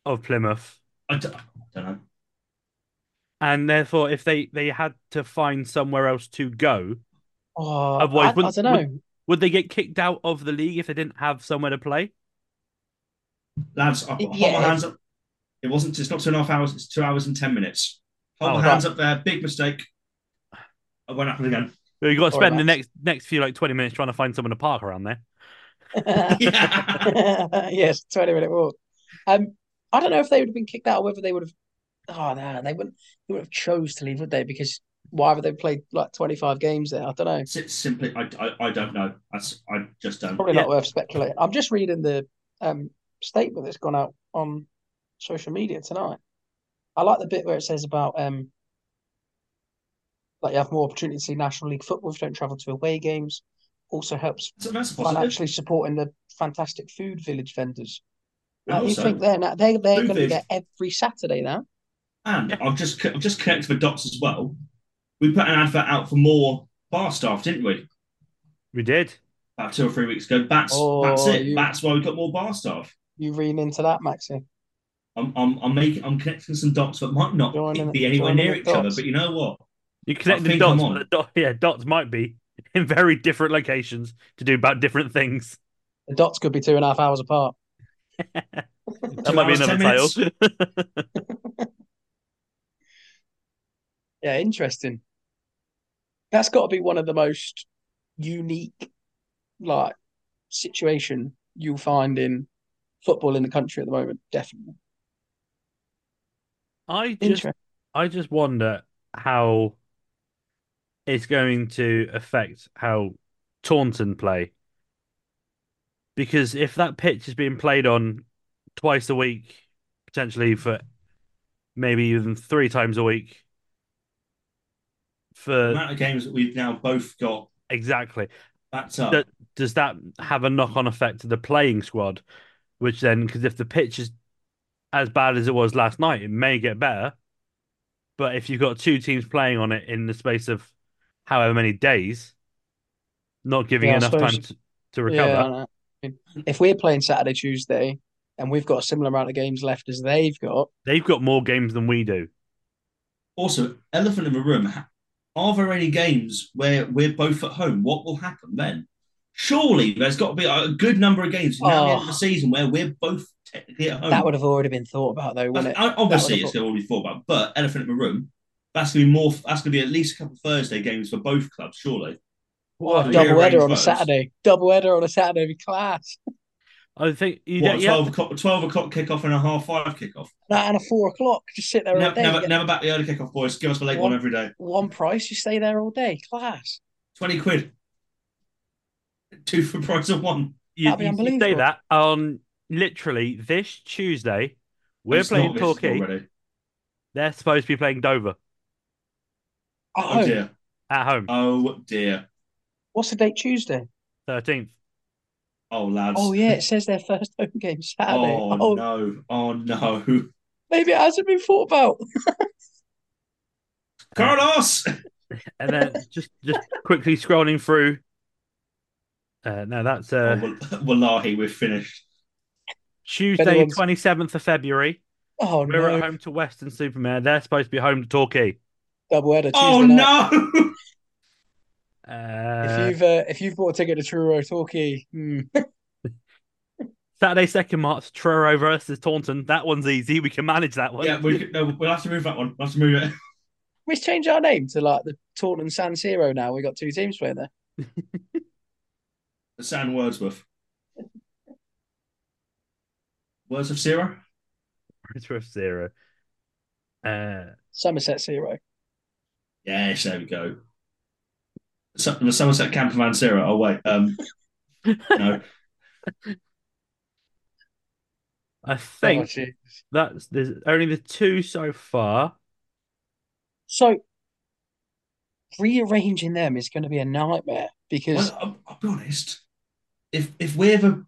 [SPEAKER 3] of Plymouth.
[SPEAKER 4] I don't, don't know.
[SPEAKER 3] And therefore, if they, they had to find somewhere else to go,
[SPEAKER 5] Oh,
[SPEAKER 3] Otherwise,
[SPEAKER 5] I,
[SPEAKER 3] wouldn't-
[SPEAKER 5] I don't know.
[SPEAKER 3] would they get kicked out of the league if they didn't have somewhere to play?
[SPEAKER 4] Lads, I hold
[SPEAKER 5] Yeah.
[SPEAKER 4] my hands up. It wasn't, it's not two and a half hours, it's two hours and 10 minutes. Hold
[SPEAKER 3] Oh,
[SPEAKER 4] my hands up there. Big mistake. I went up again.
[SPEAKER 3] Well, You've got to
[SPEAKER 5] Sorry,
[SPEAKER 3] spend the
[SPEAKER 5] Max.
[SPEAKER 3] next next few like twenty minutes trying to find someone to park around there.
[SPEAKER 4] Yeah.
[SPEAKER 5] yes, twenty minute walk. Um, I don't know if they would have been kicked out or whether they would have. Oh no, they wouldn't. They would have chose to leave, would they? Because why would they played like twenty five games there? I don't know.
[SPEAKER 4] It's, it's simply, I, I, I don't know. That's, I just don't.
[SPEAKER 5] Probably
[SPEAKER 3] Yeah.
[SPEAKER 5] not worth speculating. I'm just reading the um statement that's gone out on social media tonight. I like the bit where it says about um like you have more opportunity to see National League football if you don't travel to away games. Also helps
[SPEAKER 4] So that's a positive.
[SPEAKER 5] financially supporting the fantastic food village vendors.
[SPEAKER 4] And,
[SPEAKER 5] Like, you
[SPEAKER 4] also,
[SPEAKER 5] think they're now, they they're
[SPEAKER 4] Food
[SPEAKER 5] going to
[SPEAKER 4] is-
[SPEAKER 5] get every Saturday now?
[SPEAKER 4] and I've just, co- I've just connected the dots as well. We put an advert out for more bar staff, didn't we?
[SPEAKER 3] We did.
[SPEAKER 4] About two or three weeks ago. That's
[SPEAKER 5] Oh,
[SPEAKER 4] that's it.
[SPEAKER 5] you-
[SPEAKER 4] That's why we got more bar staff.
[SPEAKER 5] You read into that, Maxi.
[SPEAKER 4] I'm I'm I'm making I'm connecting some dots that might not
[SPEAKER 5] Joining-
[SPEAKER 4] be anywhere
[SPEAKER 5] joining
[SPEAKER 4] near
[SPEAKER 5] the
[SPEAKER 4] each other.
[SPEAKER 5] dots.
[SPEAKER 4] But you know what?
[SPEAKER 3] You connect the
[SPEAKER 4] think I'm
[SPEAKER 3] dots,
[SPEAKER 4] on.
[SPEAKER 3] but the dot, yeah, dots might be in very different locations to do about different things.
[SPEAKER 5] The dots could be two and a half hours apart.
[SPEAKER 3] That might be
[SPEAKER 4] hours,
[SPEAKER 3] another
[SPEAKER 4] 10
[SPEAKER 3] title.
[SPEAKER 4] minutes.
[SPEAKER 5] Yeah, interesting. That's got to be one of the most unique, like, situation you'll find in football in the country at the moment. Definitely
[SPEAKER 3] I just,
[SPEAKER 5] interesting.
[SPEAKER 3] I just wonder how it's going to affect how Taunton play. Because if that pitch is being played on twice a week, potentially for maybe even three times a week,
[SPEAKER 4] The
[SPEAKER 3] for
[SPEAKER 4] amount of games that we've now both got
[SPEAKER 3] exactly.
[SPEAKER 4] backed up.
[SPEAKER 3] That- does that have a knock on effect to the playing squad? Which then, because if the pitch is as bad as it was last night, it may get better. But if you've got two teams playing on it in the space of however many days, not giving
[SPEAKER 5] Yeah, I
[SPEAKER 3] enough
[SPEAKER 5] suppose-
[SPEAKER 3] time to, to
[SPEAKER 5] Yeah, I
[SPEAKER 3] recover,
[SPEAKER 5] know. I mean, if we're playing Saturday, Tuesday, and we've got a similar amount of games left as they've got,
[SPEAKER 3] they've got more games than we do.
[SPEAKER 4] Also, elephant in the room. ha- Are there any games where we're both at home? What will happen then? Surely there's got to be a good number of games now at the end of the
[SPEAKER 5] Oh.
[SPEAKER 4] season where we're both technically at home.
[SPEAKER 5] that would have already been thought about, though, wouldn't it?
[SPEAKER 4] I- I- obviously,
[SPEAKER 5] That
[SPEAKER 4] it's
[SPEAKER 5] would've-
[SPEAKER 4] going to be thought about, but elephant in the room. That's going to be more. That's going to be at least a couple of Thursday games for both clubs, surely.
[SPEAKER 5] What a
[SPEAKER 4] Rearrange
[SPEAKER 5] double header on a
[SPEAKER 4] those.
[SPEAKER 5] Saturday. Double header on a Saturday would be class.
[SPEAKER 3] I think you
[SPEAKER 4] What,
[SPEAKER 3] don't,
[SPEAKER 4] 12,
[SPEAKER 3] yeah,
[SPEAKER 4] o'clock, 12 o'clock kickoff and a half five kickoff.
[SPEAKER 5] That and a four o'clock. Just sit there all
[SPEAKER 4] Never,
[SPEAKER 5] day.
[SPEAKER 4] never,
[SPEAKER 5] get
[SPEAKER 4] never back the early kickoff, boys. Give us a late
[SPEAKER 5] What?
[SPEAKER 4] one every day.
[SPEAKER 5] One price, you stay there all day. Class.
[SPEAKER 4] 20 quid. Two for the price of one.
[SPEAKER 3] you,
[SPEAKER 5] that'd be
[SPEAKER 3] you- you say
[SPEAKER 5] unbelievable.
[SPEAKER 3] that on literally this Tuesday, we're
[SPEAKER 4] It's
[SPEAKER 3] playing
[SPEAKER 4] not this
[SPEAKER 3] Torquay.
[SPEAKER 4] already.
[SPEAKER 3] They're supposed to be playing Dover
[SPEAKER 5] At
[SPEAKER 4] Oh,
[SPEAKER 5] home.
[SPEAKER 4] dear.
[SPEAKER 3] at home,
[SPEAKER 4] Oh, dear.
[SPEAKER 5] What's the date Tuesday?
[SPEAKER 3] 13th.
[SPEAKER 4] Oh, lads.
[SPEAKER 5] Oh yeah, it says their first home game Saturday.
[SPEAKER 4] Oh,
[SPEAKER 5] Oh,
[SPEAKER 4] no. Oh, no.
[SPEAKER 5] maybe it hasn't been thought about.
[SPEAKER 4] Carlos!
[SPEAKER 3] Uh, and then just just quickly scrolling through. Uh, no, that's
[SPEAKER 4] Oh,
[SPEAKER 3] uh,
[SPEAKER 4] wal- Wallahi, we're finished.
[SPEAKER 3] Tuesday,
[SPEAKER 5] anyone's-
[SPEAKER 3] twenty seventh of February.
[SPEAKER 5] Oh
[SPEAKER 3] We're
[SPEAKER 5] no,
[SPEAKER 3] at home to Western Supermare. They're supposed to be home to Torquay.
[SPEAKER 5] double header. Tuesday
[SPEAKER 4] Oh,
[SPEAKER 5] night.
[SPEAKER 4] no.
[SPEAKER 5] If
[SPEAKER 3] Uh,
[SPEAKER 5] you've uh, if you've bought a ticket to Truro Torquay, hmm,
[SPEAKER 3] Saturday, second March, Truro versus Taunton. That one's easy. We can manage that one.
[SPEAKER 4] yeah, we, could- no, we'll have to move that one. We'll have to move it.
[SPEAKER 5] we change our name to like the Taunton San Siro. Now we got two teams playing there.
[SPEAKER 4] Sam Wordsworth. Words of Sarah?
[SPEAKER 3] With zero. Uh,
[SPEAKER 5] Somerset Zero.
[SPEAKER 4] Yes, there we go. So, the Somerset Camper Van Sarah. Oh wait, um, no,
[SPEAKER 3] I think
[SPEAKER 5] Oh, gee.
[SPEAKER 3] that's there's only the two so far.
[SPEAKER 5] so. Rearranging them is going to be a nightmare because
[SPEAKER 4] well, I'll, I'll be honest. If if we're the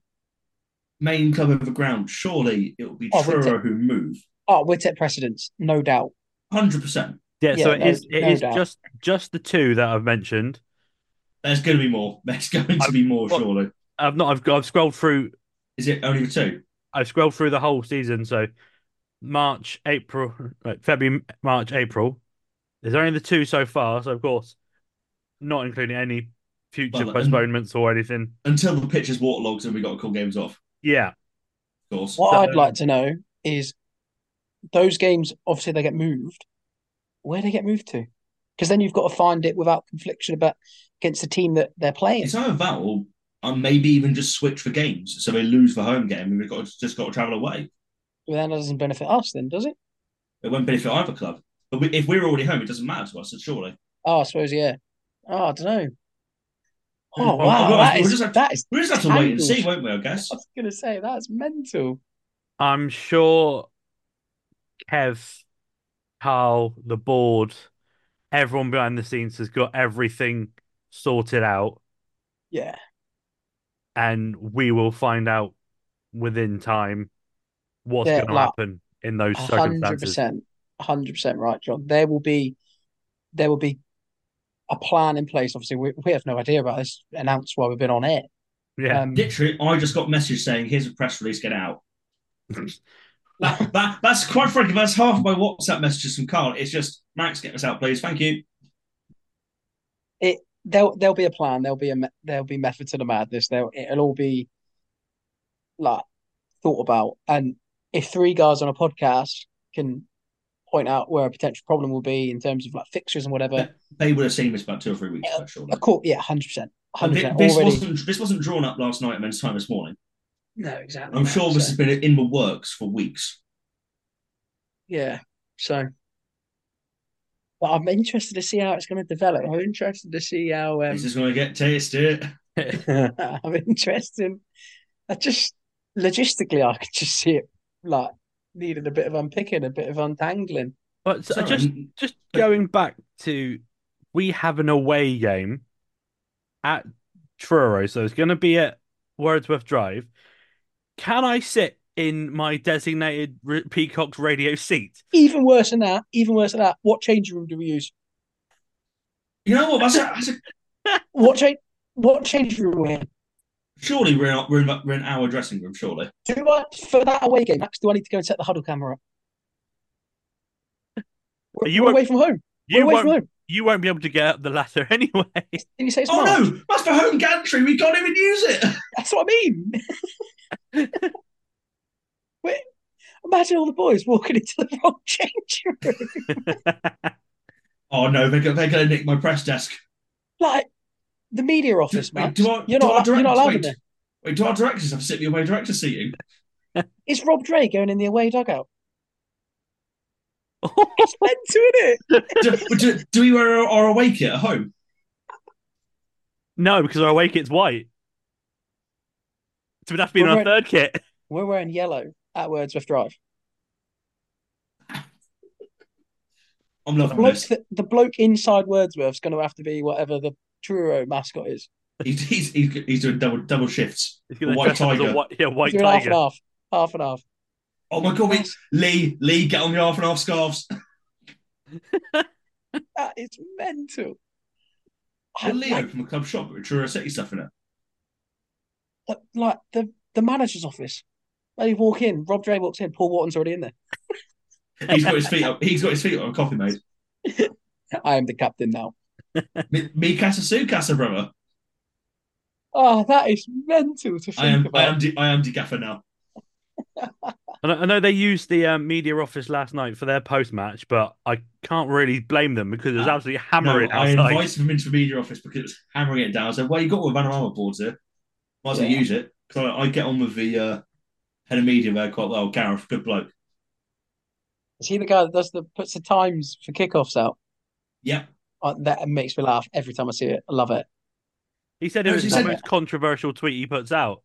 [SPEAKER 4] main club of the ground, surely it will be
[SPEAKER 5] Oh, we're
[SPEAKER 4] Truro who move.
[SPEAKER 5] oh, we'll take precedence, no doubt.
[SPEAKER 4] Hundred percent.
[SPEAKER 3] Yeah, so
[SPEAKER 5] Yeah,
[SPEAKER 3] it
[SPEAKER 5] no-
[SPEAKER 3] is. It is
[SPEAKER 5] no doubt.
[SPEAKER 3] just just the two that I've mentioned.
[SPEAKER 4] There's going to be more. There's going to be more.
[SPEAKER 3] Well-
[SPEAKER 4] Surely.
[SPEAKER 3] I've not. I've, I've scrolled through
[SPEAKER 4] Is it only the two?
[SPEAKER 3] I've scrolled through the whole season, so March, April, like February, March, April. There's only the two so far, so of course, not including any future
[SPEAKER 4] Well, and-
[SPEAKER 3] postponements or anything.
[SPEAKER 4] Until the pitch is waterlogged and we got to call games off.
[SPEAKER 3] Yeah,
[SPEAKER 4] Of course.
[SPEAKER 5] What
[SPEAKER 3] So-
[SPEAKER 5] I'd like to know is those games, obviously, they get moved. Where do they get moved to? Because then you've got to find it without confliction about against the team that they're playing.
[SPEAKER 4] It's either that or and maybe even just switch for games so they lose the home game and we've got to, just got to travel away.
[SPEAKER 5] Well, then that doesn't benefit us, then, does it?
[SPEAKER 4] It won't benefit either club. But we, if we're already home, it doesn't matter to us, surely.
[SPEAKER 5] Oh, I suppose, yeah. Oh, I don't know. Oh,
[SPEAKER 4] Well,
[SPEAKER 5] wow.
[SPEAKER 4] well,
[SPEAKER 5] That
[SPEAKER 4] we'll
[SPEAKER 5] is,
[SPEAKER 4] just have to-
[SPEAKER 5] that is,
[SPEAKER 4] We'll just have to wait and
[SPEAKER 5] Tangled.
[SPEAKER 4] see, won't we? I guess.
[SPEAKER 5] I was going to say, that's mental.
[SPEAKER 3] I'm sure Kev, Carl, the board, everyone behind the scenes has got everything sorted out,
[SPEAKER 5] Yeah.
[SPEAKER 3] and we will find out within time what's
[SPEAKER 5] Yeah,
[SPEAKER 3] going to
[SPEAKER 5] like,
[SPEAKER 3] happen in those
[SPEAKER 5] A hundred
[SPEAKER 3] circumstances.
[SPEAKER 5] percent, a hundred percent right, John. There will be, there will be a plan in place. Obviously, we, we have no idea about this announced while we've been on air.
[SPEAKER 3] Yeah.
[SPEAKER 5] Um,
[SPEAKER 4] Literally, I just got message saying, "Here's a press release. Get out." that, that, that's quite frankly, that's half my WhatsApp messages from Carl. It's just Max, get us out, please. Thank you.
[SPEAKER 5] there'll there'll be a plan. There'll be a me- there'll be method to the madness. There it'll all be like thought about. And if three guys on a podcast can point out where a potential problem will be in terms of like fixtures and whatever,
[SPEAKER 4] They would have seen this about two or three weeks ago, surely.
[SPEAKER 5] of course, yeah, hundred percent,
[SPEAKER 4] And thi-
[SPEAKER 5] hundred percent
[SPEAKER 4] This
[SPEAKER 5] already.
[SPEAKER 4] wasn't this wasn't drawn up last night at men's time this morning.
[SPEAKER 5] No, exactly.
[SPEAKER 4] I'm
[SPEAKER 5] mate.
[SPEAKER 4] sure this
[SPEAKER 5] So,
[SPEAKER 4] has been in the works for weeks.
[SPEAKER 5] yeah. So, but I'm interested to see how it's going to develop. I'm interested to see how. Um,
[SPEAKER 4] This is going to get tasted.
[SPEAKER 5] I'm interested. in- I just logistically, I could just see it like needed a bit of unpicking, a bit of untangling.
[SPEAKER 3] But so
[SPEAKER 4] Sorry.
[SPEAKER 3] just just going back to we have an away game at Truro, so it's going to be at Wordsworth Drive. Can I sit in my designated Re- Peacock's radio seat?
[SPEAKER 5] Even worse than that, even worse than that. What change room do we use?
[SPEAKER 4] You know what? That's a, that's a,
[SPEAKER 5] What change? What change room are we in?
[SPEAKER 4] surely we're in, we're, in, we're in our dressing room. Surely.
[SPEAKER 5] Do I for that away game, Max? Do I need to go and set the huddle camera up? We're,
[SPEAKER 3] Are you
[SPEAKER 5] we're
[SPEAKER 3] o-
[SPEAKER 5] away from home.
[SPEAKER 3] You
[SPEAKER 5] we're away
[SPEAKER 3] won't.
[SPEAKER 5] from home.
[SPEAKER 3] You won't be able to get up the ladder anyway.
[SPEAKER 5] Did you say it's
[SPEAKER 4] oh
[SPEAKER 5] March?
[SPEAKER 4] no, that's for home gantry. We can't even use it.
[SPEAKER 5] That's what I mean. Wait, imagine all the boys walking into the wrong change room.
[SPEAKER 4] Oh no, they're, go- they're going to nick my press desk.
[SPEAKER 5] like the media office,
[SPEAKER 4] Wait,
[SPEAKER 5] man.
[SPEAKER 4] do I,
[SPEAKER 5] You're
[SPEAKER 4] do
[SPEAKER 5] not
[SPEAKER 4] our
[SPEAKER 5] allo- you're
[SPEAKER 4] directors-
[SPEAKER 5] not allowed in
[SPEAKER 4] wait,
[SPEAKER 5] there.
[SPEAKER 4] wait, do our directors have to sit me away director seating?
[SPEAKER 5] It's Rob Dre going in the away dugout. It's meant to, isn't it?
[SPEAKER 4] do, do, do we wear our, our away kit at home?
[SPEAKER 3] no, because our away kit's white. So we'd have to be in
[SPEAKER 5] Well,
[SPEAKER 3] our
[SPEAKER 5] right.
[SPEAKER 3] third kit.
[SPEAKER 5] We're wearing yellow at Wordsworth Drive.
[SPEAKER 4] I'm
[SPEAKER 5] The
[SPEAKER 4] loving
[SPEAKER 5] bloke,
[SPEAKER 4] this.
[SPEAKER 5] the, the bloke inside Wordsworth's going to have to be whatever the Truro mascot is.
[SPEAKER 4] He's, he's, he's, he's doing double double shifts.
[SPEAKER 3] It's going
[SPEAKER 4] A
[SPEAKER 3] to
[SPEAKER 4] white
[SPEAKER 3] dress up as a
[SPEAKER 4] tiger.
[SPEAKER 3] white, yeah, white
[SPEAKER 5] He's doing half
[SPEAKER 3] tiger.
[SPEAKER 5] and half, half and half.
[SPEAKER 4] Oh my god, wait, Lee, Lee, get on the half and half scarves.
[SPEAKER 5] That is mental. I
[SPEAKER 4] Can Lee
[SPEAKER 5] like,
[SPEAKER 4] open a club shop with Truro City stuff in it?
[SPEAKER 5] the, like the the manager's office. They walk in. Rob Dre walks in. Paul Wharton's already in there.
[SPEAKER 4] He's got his feet up. He's got his feet up on coffee made.
[SPEAKER 5] I am the captain now.
[SPEAKER 4] Me, me casa su casa, brother.
[SPEAKER 5] Oh, that is mental to think
[SPEAKER 4] I am,
[SPEAKER 5] about.
[SPEAKER 4] I am, de, I am de gaffer now.
[SPEAKER 3] I know- I know they used the um, media office last night for their post match, but I can't really blame them because it was
[SPEAKER 4] Uh,
[SPEAKER 3] absolutely hammering
[SPEAKER 4] No, I
[SPEAKER 3] outside.
[SPEAKER 4] invited him into the media office because it was hammering it down. I said, "Well, you got all the Vanarama boards here. Might as well
[SPEAKER 5] Yeah.
[SPEAKER 4] use it." Because I, I get on with the uh, head of media there quite well. Gareth, good bloke.
[SPEAKER 5] Is he the guy that does the puts the times for kickoffs out?
[SPEAKER 4] Yep.
[SPEAKER 5] Uh, that makes me laugh every time I see it. I love it.
[SPEAKER 3] He said it
[SPEAKER 4] No,
[SPEAKER 3] was
[SPEAKER 4] she
[SPEAKER 3] the
[SPEAKER 4] said-
[SPEAKER 3] most controversial tweet he puts out.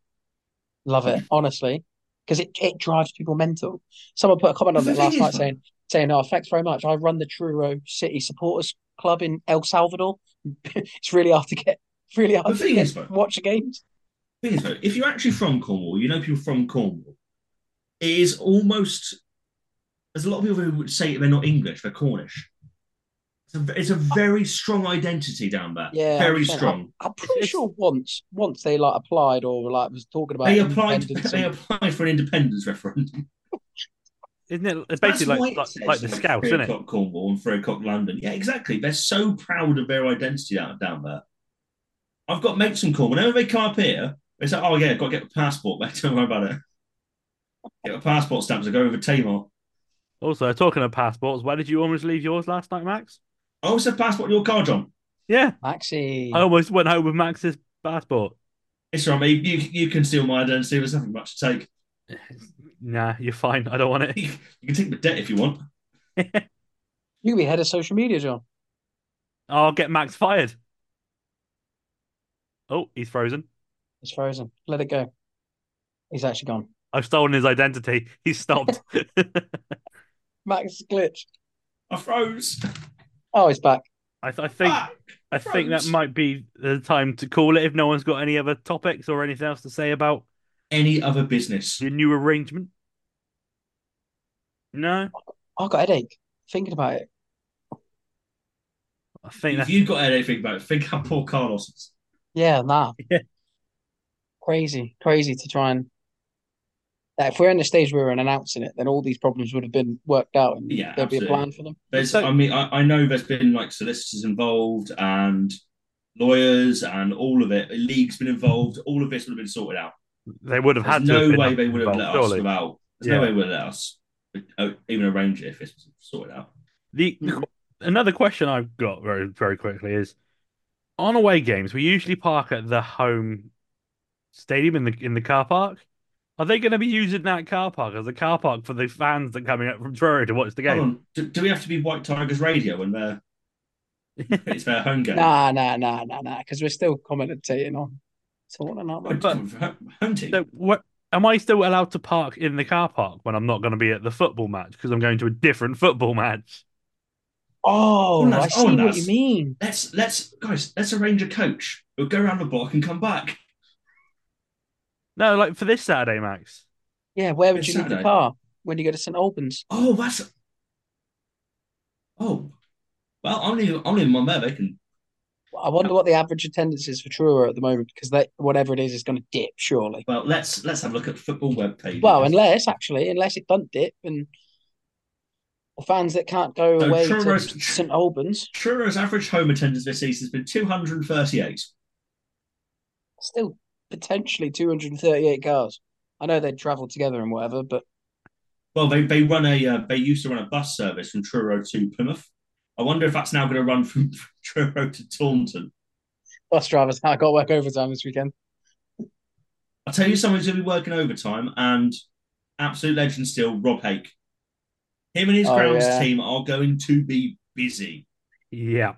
[SPEAKER 5] Love it, honestly. Because it, it drives people mental. Someone put a comment on
[SPEAKER 4] The
[SPEAKER 5] it
[SPEAKER 4] thing
[SPEAKER 5] last
[SPEAKER 4] is,
[SPEAKER 5] night
[SPEAKER 4] though-
[SPEAKER 5] saying, saying, Oh, thanks very much. I run the Truro City Supporters Club in El Salvador. it's really hard to get really hard
[SPEAKER 4] The
[SPEAKER 5] to
[SPEAKER 4] thing
[SPEAKER 5] get
[SPEAKER 4] is, though-
[SPEAKER 5] watch the games.
[SPEAKER 4] Thing is, though, if you're actually from Cornwall, you know people from Cornwall. It is almost. There's a lot of people who would say they're not English; they're Cornish. It's a, it's a very strong identity down there.
[SPEAKER 5] Yeah,
[SPEAKER 4] very
[SPEAKER 5] 100%.
[SPEAKER 4] strong.
[SPEAKER 5] I'm pretty
[SPEAKER 3] it's-
[SPEAKER 5] sure once once they like applied or like was talking about
[SPEAKER 4] They applied.
[SPEAKER 5] independence
[SPEAKER 4] They
[SPEAKER 5] and-
[SPEAKER 4] applied for an independence referendum.
[SPEAKER 3] Isn't it? It's basically like like, like the Scouts,
[SPEAKER 4] three
[SPEAKER 3] isn't it?
[SPEAKER 4] o'clock Cornwall and three o'clock London. Yeah, exactly. They're so proud of their identity down, down there. I've got mates from Cornwall. Whenever they come up here, they say, "Oh yeah, I've got to get a passport." Mate, don't worry about it. Get a passport stamps and go over Tamar.
[SPEAKER 3] Also, talking of passports, why did you almost leave yours last night, Max?
[SPEAKER 4] I also "Oh, passport in your car, John.
[SPEAKER 3] Yeah,
[SPEAKER 5] Maxi.
[SPEAKER 3] I almost went home with Max's passport.
[SPEAKER 4] It's all right, mate. You you can steal my identity. There's nothing much to take.
[SPEAKER 3] Nah, you're fine. I don't want it.
[SPEAKER 4] You can take the debt if you want.
[SPEAKER 5] You be head of social media, John.
[SPEAKER 3] I'll get Max fired. Oh, he's frozen.
[SPEAKER 5] It's frozen. Let it go. He's actually gone.
[SPEAKER 3] I've stolen his identity. He's stopped.
[SPEAKER 5] Max glitch.
[SPEAKER 4] I froze.
[SPEAKER 5] Oh, he's back.
[SPEAKER 3] I, th- I think
[SPEAKER 4] Ah,
[SPEAKER 3] I think that
[SPEAKER 4] froze.
[SPEAKER 3] might be the time to call it if no one's got any other topics or anything else to say about
[SPEAKER 4] Any other business?
[SPEAKER 3] the new arrangement. No,
[SPEAKER 5] I've got a headache thinking about it.
[SPEAKER 3] I think
[SPEAKER 4] If
[SPEAKER 3] that's
[SPEAKER 4] you got anything about it, think how poor Carlos is.
[SPEAKER 5] Yeah, nah.
[SPEAKER 3] Yeah.
[SPEAKER 5] Crazy, crazy to try and. Like, if we're in the stage where we're announcing it, then all these problems would have been worked out and
[SPEAKER 4] Yeah,
[SPEAKER 5] there'd be a
[SPEAKER 4] absolutely.
[SPEAKER 5] plan for them.
[SPEAKER 4] There's,
[SPEAKER 3] So-
[SPEAKER 4] I mean, I, I know there's been like solicitors involved and lawyers and all of it. A league's been involved. All of this would have been sorted out.
[SPEAKER 3] they would have
[SPEAKER 4] There's
[SPEAKER 3] had to
[SPEAKER 4] no
[SPEAKER 3] have been
[SPEAKER 4] way they would have let
[SPEAKER 3] involved,
[SPEAKER 4] us
[SPEAKER 3] surely.
[SPEAKER 4] without. There's
[SPEAKER 3] Yeah.
[SPEAKER 4] no way they would let us uh, even arrange it if this was sorted out.
[SPEAKER 3] The, the qu- another question I've got very very quickly is on away games we usually park at the home stadium in the in the car park. Are they going to be using that car park as a car park for the fans that are coming up from Truro to watch the
[SPEAKER 4] Hold
[SPEAKER 3] game?
[SPEAKER 4] on. Do, do we have to be White Tigers radio when they're it's their home game?
[SPEAKER 5] Nah, nah, nah, nah, nah, because we're still commentating on Tottenham, aren't we?
[SPEAKER 4] Home- home team.
[SPEAKER 3] So what am I still allowed to park in the car park when I'm not going to be at the football match because I'm going to a different football match?
[SPEAKER 5] Oh,
[SPEAKER 4] Oh,
[SPEAKER 5] I
[SPEAKER 4] that's-
[SPEAKER 5] see
[SPEAKER 4] oh,
[SPEAKER 5] what you
[SPEAKER 4] that's-
[SPEAKER 5] mean.
[SPEAKER 4] let's let's guys, let's arrange a coach. We'll go around the block and come back.
[SPEAKER 3] No, like for this Saturday, Max.
[SPEAKER 5] Yeah, where would
[SPEAKER 4] It's
[SPEAKER 5] you leave the
[SPEAKER 4] Saturday.
[SPEAKER 5] car when you go to St Albans?
[SPEAKER 4] Oh, that's oh. Well, I'm leaving. I'm leaving my Mervic and
[SPEAKER 5] I wonder what the average attendance is for Truro at the moment because that whatever it is is going to dip surely.
[SPEAKER 4] well, let's let's have a look at football web page.
[SPEAKER 5] Well, unless actually, unless it doesn't dip and the fans that can't go
[SPEAKER 4] So
[SPEAKER 5] away
[SPEAKER 4] Truro's-
[SPEAKER 5] to St Albans
[SPEAKER 4] Truro's average home attendance this season has been 238.
[SPEAKER 5] still potentially 238 cars. I know they'd travel together and whatever, but
[SPEAKER 4] Well, they they run a uh, they used to run a bus service from Truro to Plymouth. I wonder if that's now going to run from Truro to Taunton.
[SPEAKER 5] bus drivers now got work overtime this weekend.
[SPEAKER 4] I'll tell you someone who's going to be working overtime and absolute legend still, Rob Hake. Him and his
[SPEAKER 5] Oh,
[SPEAKER 4] grounds
[SPEAKER 5] yeah.
[SPEAKER 4] team are going to be busy.
[SPEAKER 3] Yeah,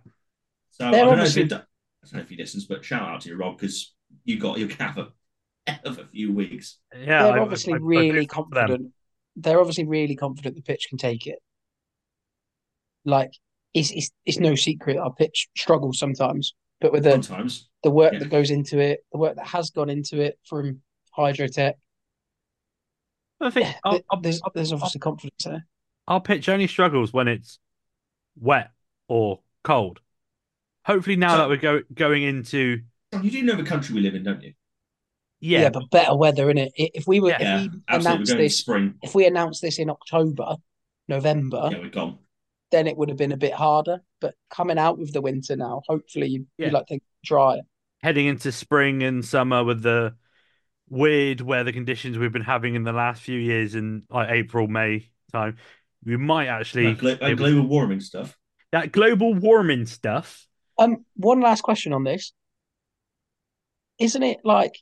[SPEAKER 4] So I
[SPEAKER 5] They're
[SPEAKER 4] don't,
[SPEAKER 5] obviously-
[SPEAKER 4] know if he, I don't know if he listens, but shout out to you, Rob, because you got your cap of, of a few weeks.
[SPEAKER 3] yeah. I- I-
[SPEAKER 5] They're obviously
[SPEAKER 3] I- I do
[SPEAKER 5] really
[SPEAKER 3] feel for them.
[SPEAKER 5] confident. They're obviously really confident the pitch can take it. Like it's it's, it's no secret our pitch struggles sometimes, but with the
[SPEAKER 4] Sometimes
[SPEAKER 5] the work
[SPEAKER 4] Yeah.
[SPEAKER 5] that goes into it, the work that has gone into it from Hydrotech,
[SPEAKER 3] I think
[SPEAKER 5] yeah,
[SPEAKER 3] I'll-
[SPEAKER 5] th-
[SPEAKER 3] I'll-
[SPEAKER 5] there's
[SPEAKER 3] I'll-
[SPEAKER 5] there's obviously confidence there.
[SPEAKER 3] Our pitch only struggles when it's wet or cold. Hopefully now
[SPEAKER 4] So-
[SPEAKER 3] that we're go- going into
[SPEAKER 4] John, you do know the country we live in, don't you?
[SPEAKER 5] Yeah,
[SPEAKER 3] yeah,
[SPEAKER 5] but better weather in it. If we were,
[SPEAKER 4] Yeah,
[SPEAKER 5] if we
[SPEAKER 4] absolutely. We're
[SPEAKER 5] announced
[SPEAKER 4] going to
[SPEAKER 5] this,
[SPEAKER 4] spring.
[SPEAKER 5] if we announced this in October, November,
[SPEAKER 4] Yeah, we're gone.
[SPEAKER 5] then it would have been a bit harder. But coming out of the winter now, hopefully you,
[SPEAKER 3] Yeah.
[SPEAKER 5] you like things drier.
[SPEAKER 3] heading into spring and summer with the weird weather conditions we've been having in the last few years in like April, May time, we might actually
[SPEAKER 4] That glo- that
[SPEAKER 3] it-
[SPEAKER 4] global warming stuff.
[SPEAKER 3] that global warming stuff.
[SPEAKER 5] Um, one last question on this. Isn't it like,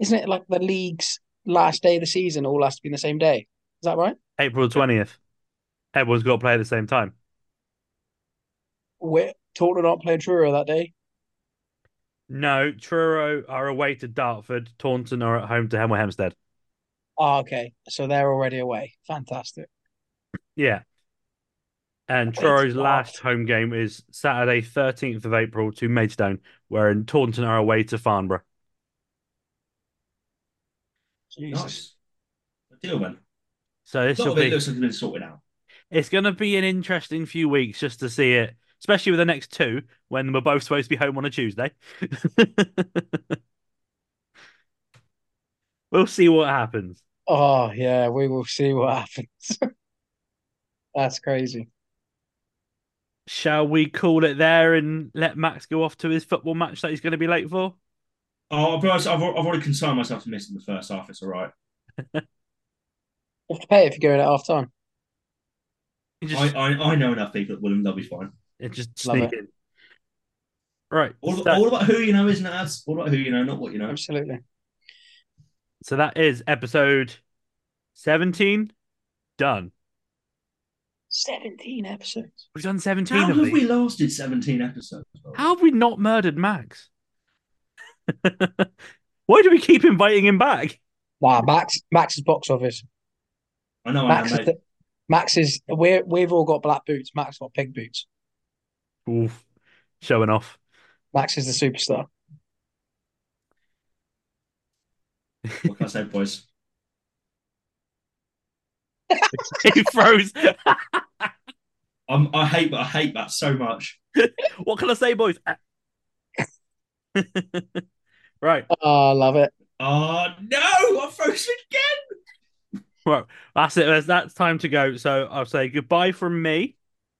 [SPEAKER 5] isn't it like the league's last day of the season all has to be in the same day? Is that right?
[SPEAKER 3] April twentieth, everyone's got to play at the same time.
[SPEAKER 5] We're Tottenham not playing Truro that day.
[SPEAKER 3] No, Truro are away to Dartford. Taunton are at home to Hemel Hempstead.
[SPEAKER 5] Ah, okay. So they're already away. Fantastic.
[SPEAKER 3] Yeah. And
[SPEAKER 5] It's
[SPEAKER 3] Truro's
[SPEAKER 5] not.
[SPEAKER 3] last home game is Saturday, 13th of April to Maidstone, wherein Taunton are away to Farnborough.
[SPEAKER 5] Jesus.
[SPEAKER 4] Nice. The deal then.
[SPEAKER 3] So this
[SPEAKER 4] Lot
[SPEAKER 3] will
[SPEAKER 4] of it
[SPEAKER 3] be
[SPEAKER 4] looks like it's been sorted out.
[SPEAKER 3] it's going to be an interesting few weeks just to see it, especially with the next two when we're both supposed to be home on a Tuesday. we'll see what happens.
[SPEAKER 5] Oh, yeah, we will see what happens. That's crazy.
[SPEAKER 3] Shall we call it there and let Max go off to his football match that he's going to be late for?
[SPEAKER 4] Oh, I'll be honest, I've, al- I've already consigned myself to missing the first half. It's all right.
[SPEAKER 5] You have to pay if you go in at half time.
[SPEAKER 3] You
[SPEAKER 4] I,
[SPEAKER 3] Just,
[SPEAKER 4] I, I know enough people that will, and they'll be fine.
[SPEAKER 3] just
[SPEAKER 5] Love
[SPEAKER 3] sneak
[SPEAKER 5] it.
[SPEAKER 3] in. Right.
[SPEAKER 4] All,
[SPEAKER 3] so-
[SPEAKER 4] all about who you know, isn't it? That's all about who you know, not what you know.
[SPEAKER 5] Absolutely.
[SPEAKER 3] So that is episode 17 done.
[SPEAKER 5] 17 episodes.
[SPEAKER 3] We've done 17
[SPEAKER 4] How
[SPEAKER 3] of
[SPEAKER 4] have
[SPEAKER 3] these.
[SPEAKER 4] we lasted 17 episodes? bro?
[SPEAKER 3] How have we not murdered Max? Why do we keep inviting him back?
[SPEAKER 5] Wow, Max Max's box office.
[SPEAKER 4] I know, I
[SPEAKER 5] Max
[SPEAKER 4] know,
[SPEAKER 5] is
[SPEAKER 4] mate.
[SPEAKER 5] the, Max is we're we've all got black boots. Max got pig boots.
[SPEAKER 3] Oof. Showing off.
[SPEAKER 5] Max is the superstar.
[SPEAKER 4] What can I say, boys?
[SPEAKER 3] he froze.
[SPEAKER 4] i I hate, I hate that so much.
[SPEAKER 3] What can I say, boys? Ah. right,
[SPEAKER 5] Oh, I love it.
[SPEAKER 4] Oh no! I frozen again.
[SPEAKER 3] that's it. That's, that's time to go. So I'll say goodbye from me.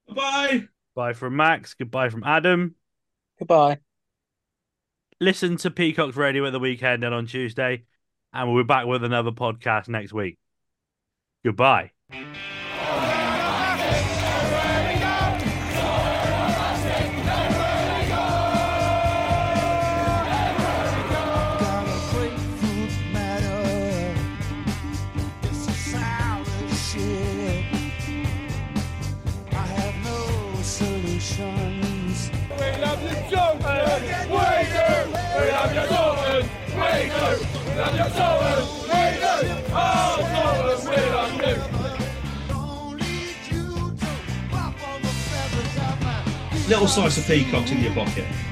[SPEAKER 4] Bye.
[SPEAKER 3] Bye from Max. Goodbye from Adam.
[SPEAKER 5] Goodbye.
[SPEAKER 3] Listen to Peacock's Radio at the weekend and on Tuesday, and we'll be back with another podcast next week. Goodbye.
[SPEAKER 6] Got a grapefruit medal. It's a sour shit. I have no solutions.
[SPEAKER 1] We love you, Joker. We do. We love you, Norman. We do. We love you, Norman. We do. Oh, Norman, we love you.
[SPEAKER 6] Don't lead you to drop all the feathers out my
[SPEAKER 2] Little slice of peacock in your pocket.